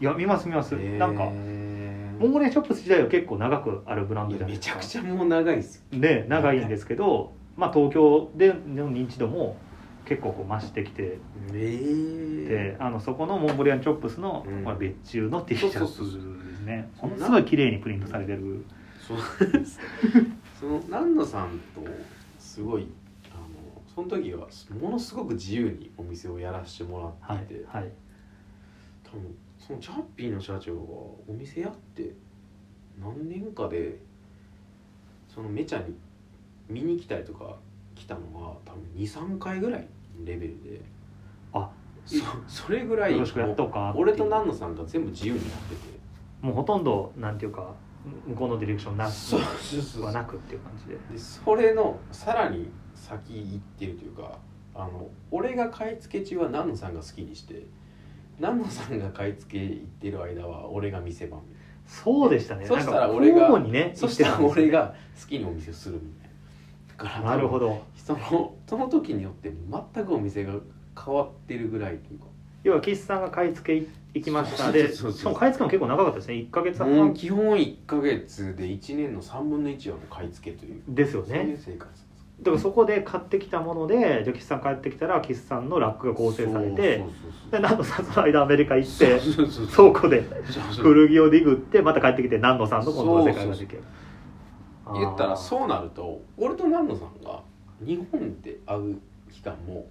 Speaker 2: や見ます見ます、なんかモン
Speaker 3: モ
Speaker 2: ゴリアンチョップス自体は結構長くあるブランドじゃない
Speaker 3: め
Speaker 2: です
Speaker 3: ち
Speaker 2: か
Speaker 3: ゃくちゃもう長いですよ
Speaker 2: で長いんですけど、まあ、東京での認知度も結構こう増してきて
Speaker 3: え
Speaker 2: て、あのそこのモンゴリアンチョップスの、
Speaker 3: うん
Speaker 2: まあ、別注の T シャツ
Speaker 3: そう
Speaker 2: で
Speaker 3: そうそう
Speaker 2: すねものすごい綺麗にプリントされてる
Speaker 3: そうですその南野さんとすごいあのその時はものすごく自由にお店をやらせてもら
Speaker 2: はい
Speaker 3: っていて、
Speaker 2: はい
Speaker 3: 多分そのチャッピーの社長がお店やって何年かでそのめちゃに見に来たりとか来たのは多分23回ぐらいのレベルで
Speaker 2: あ
Speaker 3: そそれぐらい
Speaker 2: よろしくやっと
Speaker 3: もう
Speaker 2: こうかっていう
Speaker 3: 俺と南野さんが全部自由にやってて
Speaker 2: もうほとんどなんていうか向こうのディレクションなし
Speaker 3: そうそうそう
Speaker 2: はなくっていう感じで
Speaker 3: でそれのさらに先行ってるというかあの俺が買い付け中は南野さんが好きにして南野さんが買い付け行ってる間は俺が店番みたい
Speaker 2: そうでしたね
Speaker 3: そしたら
Speaker 2: なんか
Speaker 3: 俺が
Speaker 2: 交互にね
Speaker 3: なそしたら
Speaker 2: 行ってたん
Speaker 3: 俺
Speaker 2: ですよね
Speaker 3: が好きにお店をするみたいなだから
Speaker 2: なるほ
Speaker 3: ど
Speaker 2: ど
Speaker 3: そのその時によって全くお店が変わってるぐらいというか
Speaker 2: 要は岸さんが買い付け行きました
Speaker 3: そう
Speaker 2: でし
Speaker 3: そうそうそう
Speaker 2: かも買い付けも結構長かったですね1か月
Speaker 3: もう
Speaker 2: 半
Speaker 3: 基本1か月で1年の3分の1はもう買い付けという
Speaker 2: ですよ
Speaker 3: そうい
Speaker 2: ね
Speaker 3: う生活
Speaker 2: だからそこで買ってきたものでじゃあ岸さん帰ってきたら岸さんのラックが構成されて
Speaker 3: そう
Speaker 2: で何度さんその間アメリカ行っ
Speaker 3: そう
Speaker 2: て
Speaker 3: そうそうそうそう
Speaker 2: 倉庫で
Speaker 3: そうそう
Speaker 2: 古着をディグってまた帰ってきて何度さんと今度は世界ができるあー
Speaker 3: 言ったらそうなると俺と南野さんが日本で会う期間も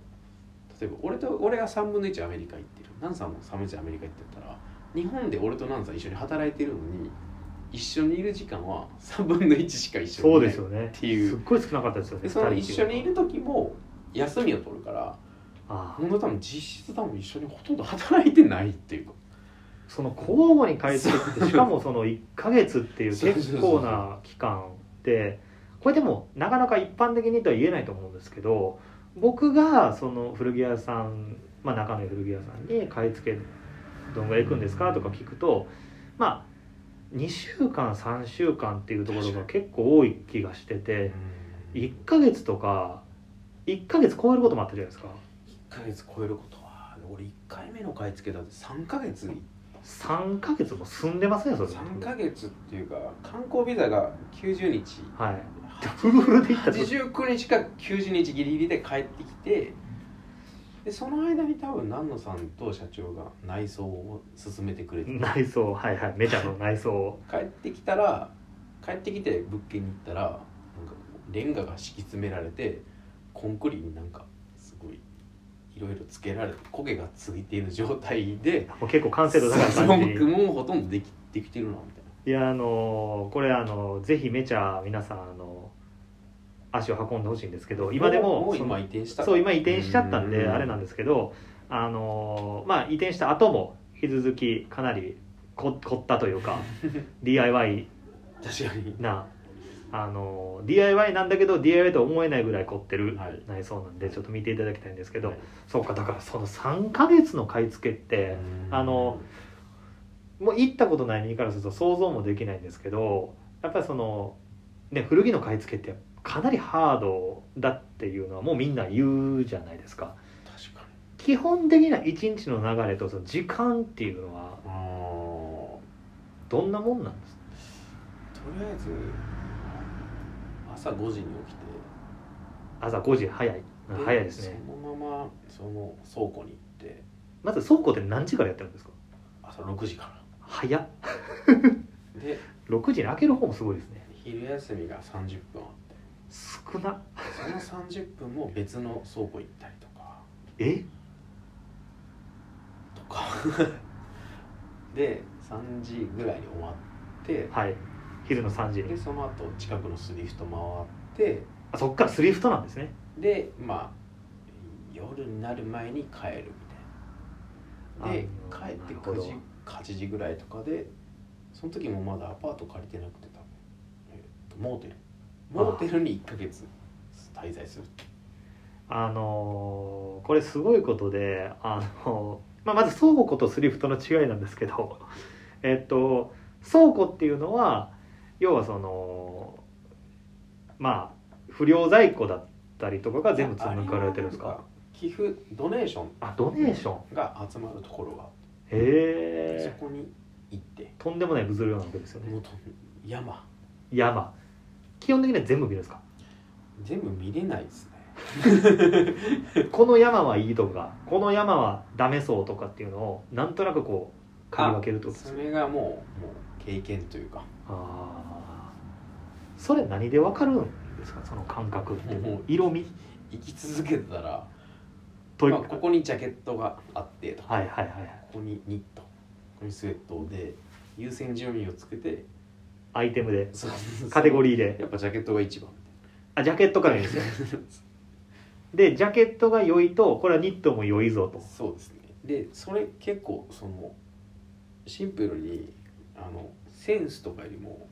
Speaker 3: 例えば俺と俺が3分の1アメリカ行ってる南野さんも3分の1アメリカ行ってたら日本で俺と南野さん一緒に働いてるのに一緒にいる時間は3分の1しか一緒にい
Speaker 2: そう
Speaker 3: な
Speaker 2: で
Speaker 3: い
Speaker 2: すよね
Speaker 3: っていう
Speaker 2: すっごい少なかったですよね
Speaker 3: でその
Speaker 2: 二人
Speaker 3: 一
Speaker 2: きり
Speaker 3: 緒にいる時も休みを取るから
Speaker 2: あー
Speaker 3: 本当多分実質多分一緒にほとんど働いてないっていうか
Speaker 2: その交互に買い付けてしかもその1か月っていう結構な期間でこれでもなかなか一般的にとは言えないと思うんですけど僕がその古着屋さん、まあ、中野古着屋さんに買い付けどんぐらい行くんですかとか聞くとまあ2週間3週間っていうところが結構多い気がしてて1か月とか1か月超えることもあったじゃないですか
Speaker 3: 1ヶ月超えることは俺1回目の買い付けだって3ヶ月
Speaker 2: 3か月も済んでますねそれ
Speaker 3: 3ヶ月っていうか観光ビザが90日
Speaker 2: はいフルフルで行ったってこと
Speaker 3: 89日か90日ギリギリで帰ってきてでその間に多分南野さんと社長が内装を進めてくれて
Speaker 2: 内装はいはいメジャーの内装を
Speaker 3: 帰ってきたら帰ってきて物件に行ったらなんかレンガが敷き詰められてコンクリになんかすごいいろいろつけられて焦げがついている状態で
Speaker 2: もう結構完成度高い感じ
Speaker 3: そうもうほとんどできできてるなみたいない
Speaker 2: やあのーこれあのーぜひメチャー皆さんあのー足を運んでほしいんですけど今でも
Speaker 3: もう
Speaker 2: その
Speaker 3: 今移転した
Speaker 2: そう今移転しちゃったんで
Speaker 3: うん
Speaker 2: あれなんですけどあのーまあ移転した後も引き続きかなりこ凝ったという か DIY
Speaker 3: 確かに
Speaker 2: なあのー DIY なんだけど DIY と思えないぐらい凝ってる
Speaker 3: はい
Speaker 2: 内装なんでちょっと見ていただきたいんですけど、
Speaker 3: はい
Speaker 2: そうかだからその3ヶ月の買い付けって、あのもう行ったことない身からすると想像もできないんですけどやっぱりその、ね、古着の買い付けってかなりハードだっていうのはもうみんな言うじゃないですか
Speaker 3: 確かに
Speaker 2: 基本的な一日の流れとその時間っていうのは
Speaker 3: あー
Speaker 2: どんなもんなんですか
Speaker 3: とりあえず朝5時に起きて
Speaker 2: 朝5時早いうん早いですね
Speaker 3: そのままその倉庫に行って
Speaker 2: まず倉庫って何時からやってるんですか
Speaker 3: 朝6時か
Speaker 2: 早っ
Speaker 3: らで
Speaker 2: 6時に開ける方もすごいですね
Speaker 3: 昼休みが30分あ
Speaker 2: 少な
Speaker 3: ってその30分も別の倉庫行ったりとか
Speaker 2: え
Speaker 3: とか で3時ぐらいに終わって
Speaker 2: はい昼の3時
Speaker 3: で
Speaker 2: に
Speaker 3: その後近くのスリフト回って
Speaker 2: あそっからスリフトなんですね
Speaker 3: でまあ夜になる前に帰るみたいなで
Speaker 2: あー
Speaker 3: 帰って
Speaker 2: なるほ
Speaker 3: 9
Speaker 2: ど
Speaker 3: 時8時ぐらいとかでその時もまだアパート借りてなくて多分、えーとモーテルモーテルに1ヶ月滞在する
Speaker 2: あのーこれすごいことで、あのーまあ、まず倉庫とスリフトの違いなんですけど、 えっと、倉庫っていうのは要はそのまあ不良在庫だったりとかが全部紡がれてるんです
Speaker 3: あれは
Speaker 2: か
Speaker 3: な寄付ドネーション
Speaker 2: あドネーション
Speaker 3: が集まるところがあっ
Speaker 2: へ
Speaker 3: てそ
Speaker 2: え
Speaker 3: こに行って
Speaker 2: とんでもない物量なわけですよね
Speaker 3: もうと山
Speaker 2: 山基本的には全部見るんです か
Speaker 3: 全部見れないですね
Speaker 2: この山はいいとかこの山はダメそうとかっていうのをなんとなくこう嗅ぎ分けるってことです
Speaker 3: そ
Speaker 2: ね
Speaker 3: れがもうもう経験というか
Speaker 2: あーそれ何でわかるんですかその感覚って
Speaker 3: もう
Speaker 2: 色味
Speaker 3: 生き続けてたら、
Speaker 2: という
Speaker 3: ま
Speaker 2: か、
Speaker 3: あ、ここにジャケットがあってとか
Speaker 2: はいはいはい
Speaker 3: ここにニットここにスウェットで優先順位をつけて
Speaker 2: アイテムで
Speaker 3: そうそう
Speaker 2: カテゴ
Speaker 3: リ
Speaker 2: リーで
Speaker 3: やっぱジャケットが一番
Speaker 2: あジャケットからですね でジャケットが良いとこれはニットも良いぞと
Speaker 3: そうですねでそれ結構そのシンプルにあのセンスとかよりもも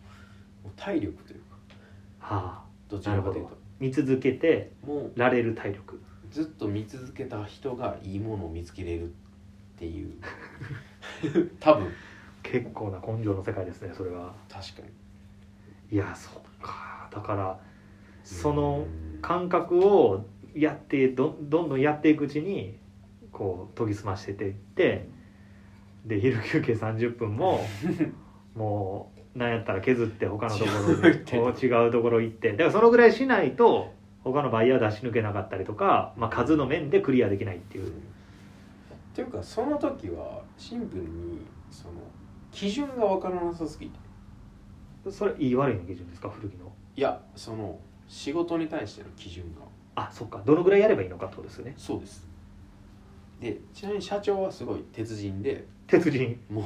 Speaker 3: う体力というか
Speaker 2: はあ
Speaker 3: どちらかという
Speaker 2: な
Speaker 3: と
Speaker 2: 見続けて
Speaker 3: もう
Speaker 2: られる体力
Speaker 3: ずっと見続けた人がいいものを見つけれるっていう 多分
Speaker 2: 結構な根性の世界ですねそれは
Speaker 3: 確かに
Speaker 2: いやそっかだからその
Speaker 3: うん
Speaker 2: 感覚をやってどどんどんやっていくうちにこう研ぎ澄ましてっていってで昼休憩30分 ももうなんやったら削って他のところに
Speaker 3: 違
Speaker 2: こ
Speaker 3: う
Speaker 2: う違うところ行ってだからそのぐらいしないと他のバイヤー出し抜けなかったりとか、まあ、数の面でクリアできないっていう
Speaker 3: っていうかその時はシンプルにその基準が分からなさすぎて
Speaker 2: それ言い悪いの基準ですか古着の
Speaker 3: いやその仕事に対しての基準が
Speaker 2: あそっかどのぐらいやればいいのかってことですよね
Speaker 3: そうですでちなみに社長はすごい鉄人で
Speaker 2: 鉄人
Speaker 3: もう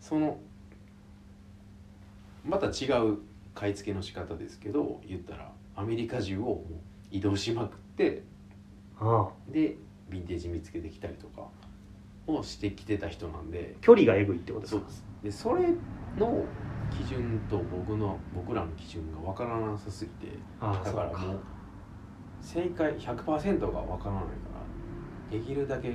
Speaker 3: そのまた違う買い付けの仕方ですけど言ったらアメリカ中をもう移動しまくって
Speaker 2: ああ
Speaker 3: でヴィンテージ見つけてきたりとかをしてきてた人なんで
Speaker 2: 距離がえぐいってことです
Speaker 3: そう
Speaker 2: か
Speaker 3: ですでそれの基準と僕の僕らの基準が分からなさすぎて
Speaker 2: あ
Speaker 3: だ
Speaker 2: あそう
Speaker 3: から
Speaker 2: か
Speaker 3: もう正解100%が分からないからできるだけ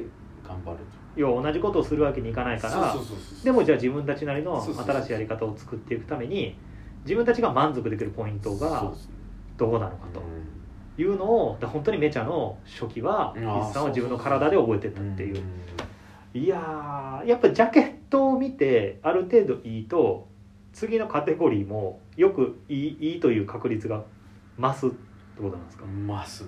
Speaker 3: 頑張る
Speaker 2: 要は同じことをするわけにいかない
Speaker 3: と
Speaker 2: から
Speaker 3: そうそうそうそう
Speaker 2: でもじゃあ自分たちなりの
Speaker 3: そうそうそう
Speaker 2: 新しいやり方を作っていくために自分たちが満足できるポイント
Speaker 3: そう
Speaker 2: が
Speaker 3: ですね
Speaker 2: どこなのかというのをだから本当にメチャの初期は
Speaker 3: あ
Speaker 2: 伊
Speaker 3: ー
Speaker 2: 津さんは自分の体で覚えてったっていううんいやーやっぱジャケットを見てある程度いいと次のカテゴリーもよくいいいいという確率が増すってことなんですか
Speaker 3: ます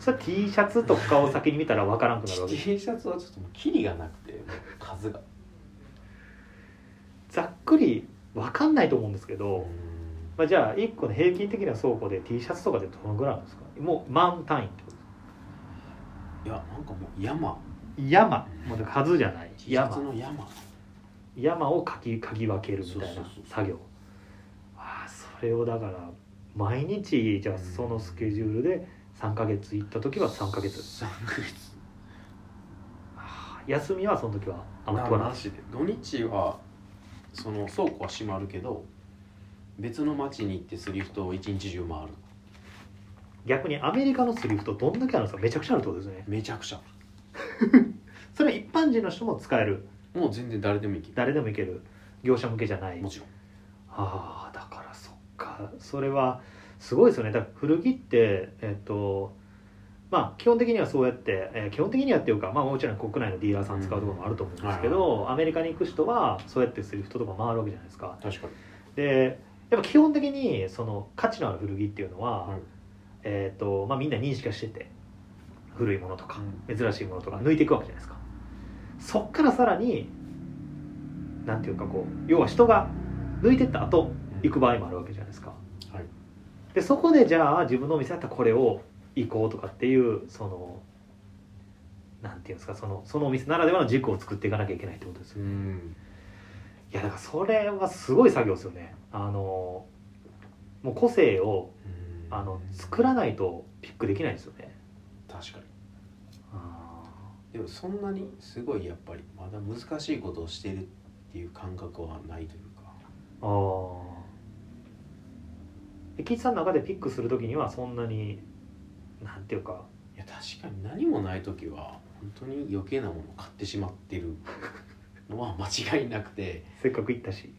Speaker 2: それは T シャツとかを先に見たらわからんくなる わけ
Speaker 3: T シャツはちょっともうキリがなくてもう数が
Speaker 2: ざっくりわかんないと思うんですけど、
Speaker 3: うん
Speaker 2: まあ、じゃあ1個の平均的な倉庫で T シャツとかでどのぐらいなんですかもう満単位ってこと
Speaker 3: いやなんかもう山
Speaker 2: 山もうだから数じゃない
Speaker 3: T シャツ
Speaker 2: 山
Speaker 3: の山
Speaker 2: 山をかきかき分けるみたい
Speaker 3: そう
Speaker 2: な
Speaker 3: そうそう
Speaker 2: 作業ああそれをだから毎日じゃあそのスケジュールで3ヶ月行った時は3ヶ月
Speaker 3: 3ヶ月
Speaker 2: ああ休みはその時はあんま
Speaker 3: な
Speaker 2: 取らな
Speaker 3: ないしで土日はその倉庫は閉まるけど別の町に行ってスリフトを一日中回る
Speaker 2: 逆にアメリカのスリフトどんだけあるんですかめちゃくちゃあるってことですね
Speaker 3: めちゃくちゃ
Speaker 2: それは一般人の人も使える
Speaker 3: もう全然誰でも行ける
Speaker 2: 誰でもいける業者向けじゃない
Speaker 3: もちろん
Speaker 2: ああだからそっかそれはすごいですよねだから古着ってえっとまあ基本的にはそうやって、えー基本的にはっていうかまあもちろん国内のディーラーさん使うところもあると思うんですけど、アメリカに行く人はそうやってスリフトとか回るわけじゃないですか
Speaker 3: 確かに
Speaker 2: でやっぱ基本的にその価値のある古着っていうのは、
Speaker 3: はい
Speaker 2: えっとまあみんな認識はしてて古いものとか、珍しいものとか抜いていくわけじゃないですかそっからさらになんていうかこう要は人が抜いてった後行く場合もあるわけじゃないですか、
Speaker 3: はい
Speaker 2: でそこでじゃあ自分のお店だったらこれを行こうとかっていうそのなんていうんですかそのそのお店ならではの軸を作っていかなきゃいけないってことですよ
Speaker 3: うん
Speaker 2: いやだからそれはすごい作業ですよねあのもう個性をあの作らないとピックできないんですよね
Speaker 3: 確かにでもそんなにすごいやっぱりまだ難しいことをしてるっていう感覚はないというか
Speaker 2: あーえキッズさんの中でピックするときにはそんなになんていうか
Speaker 3: いや確かに何もない時は本当に余計なものを買ってしまってるのは間違いなくて
Speaker 2: せっかく行ったし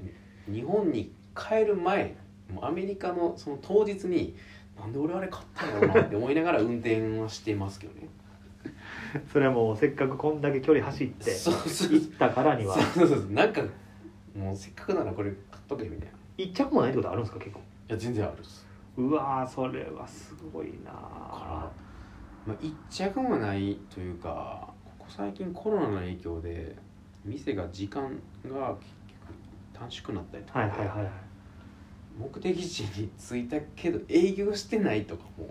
Speaker 3: 日本に帰る前もうアメリカのその当日になんで俺あれ買ったんだろうなって思いながら運転はしてますけどね
Speaker 2: それはもうせっかくこんだけ距離走って
Speaker 3: そうそう
Speaker 2: 行ったからには
Speaker 3: そうそうそうなんかもうせっかくならこれ買っとけみたいない
Speaker 2: 一着もないってことあるんですか結構
Speaker 3: や全然あるっす
Speaker 2: うわーそれはすごいな
Speaker 3: だから、まあ、一着もないというかここ最近コロナの影響で店が時間が結局短縮になったりとか
Speaker 2: はい
Speaker 3: で、
Speaker 2: はいはいはい
Speaker 3: 目的地に着いたけど営業してないとかも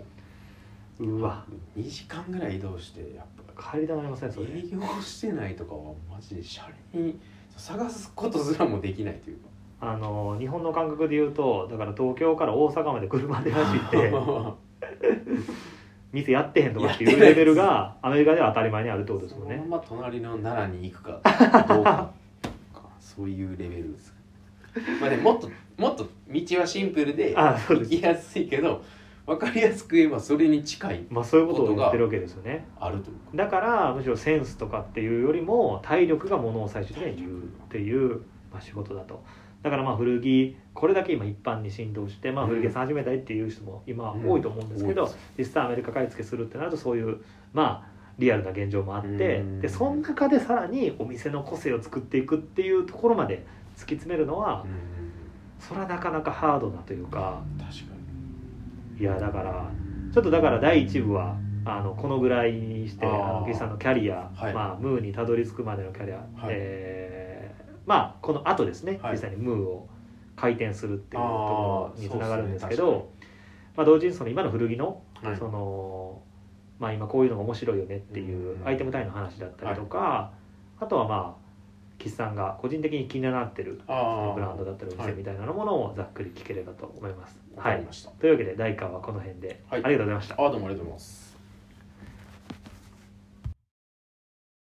Speaker 2: うわ
Speaker 3: 2時間ぐらい移動してやっぱ
Speaker 2: 帰りたくなりませんそれ
Speaker 3: 営業してないとかはマジでシャレに探すことすらもできないというか
Speaker 2: あの日本の感覚で言うとだから東京から大阪まで車で走って 店やってへんとかっていうレベルがアメリカでは当たり前にあるってことです
Speaker 3: そ
Speaker 2: も
Speaker 3: の
Speaker 2: んね
Speaker 3: まま隣の奈良に行くかどうかとか そういうレベルですまあでももっともっと道はシンプルで
Speaker 2: あそうで
Speaker 3: 行
Speaker 2: す
Speaker 3: きやすいけど分かりやすく言えばそれに近い
Speaker 2: まあそういうことを言ってるわけですよね
Speaker 3: あるというか
Speaker 2: だからむしろセンスとかっていうよりも体力がものを最終的には言うっていう、まあ、仕事だとだからまあ古着これだけ今一般に振動して、まあ、古着屋さん始めたいっていう人も今
Speaker 3: うん
Speaker 2: 多いと思うんですけど、
Speaker 3: 多いで
Speaker 2: 実際アメリカ買い付けするってなるとそういうまあリアルな現状もあって
Speaker 3: うん
Speaker 2: でその中でさらにお店の個性を作っていくっていうところまで突き詰めるのは
Speaker 3: うん
Speaker 2: それはなかなかハードなというか
Speaker 3: 確か
Speaker 2: いやだからちょっとだから第1部はあのこのぐらいにしてあ
Speaker 3: あー
Speaker 2: の岸さんのキャリア、
Speaker 3: はい
Speaker 2: まあ、ムーにたどり着くまでのキャリア、
Speaker 3: い
Speaker 2: えーまあこの後ですね、
Speaker 3: はい
Speaker 2: 実際にムーを回転するっていうところにつながるんですけ
Speaker 3: あーそうっす
Speaker 2: どまあ、同時にその今の古着の,、
Speaker 3: に、はい
Speaker 2: そのまあ、今こういうのが面白いよねっていう
Speaker 3: うん
Speaker 2: アイテム単位の話だったりとか、あとはまあ岸さんが個人的に気になってる
Speaker 3: ああ
Speaker 2: ブランドだったりお
Speaker 3: は
Speaker 2: 店
Speaker 3: い
Speaker 2: みたいなものをざっくり聞ければと思います。は
Speaker 3: わか
Speaker 2: い
Speaker 3: りました、
Speaker 2: というわけで第1回はこの辺で、
Speaker 3: はい
Speaker 2: ありがとうございました。
Speaker 3: あどうもありがとうございます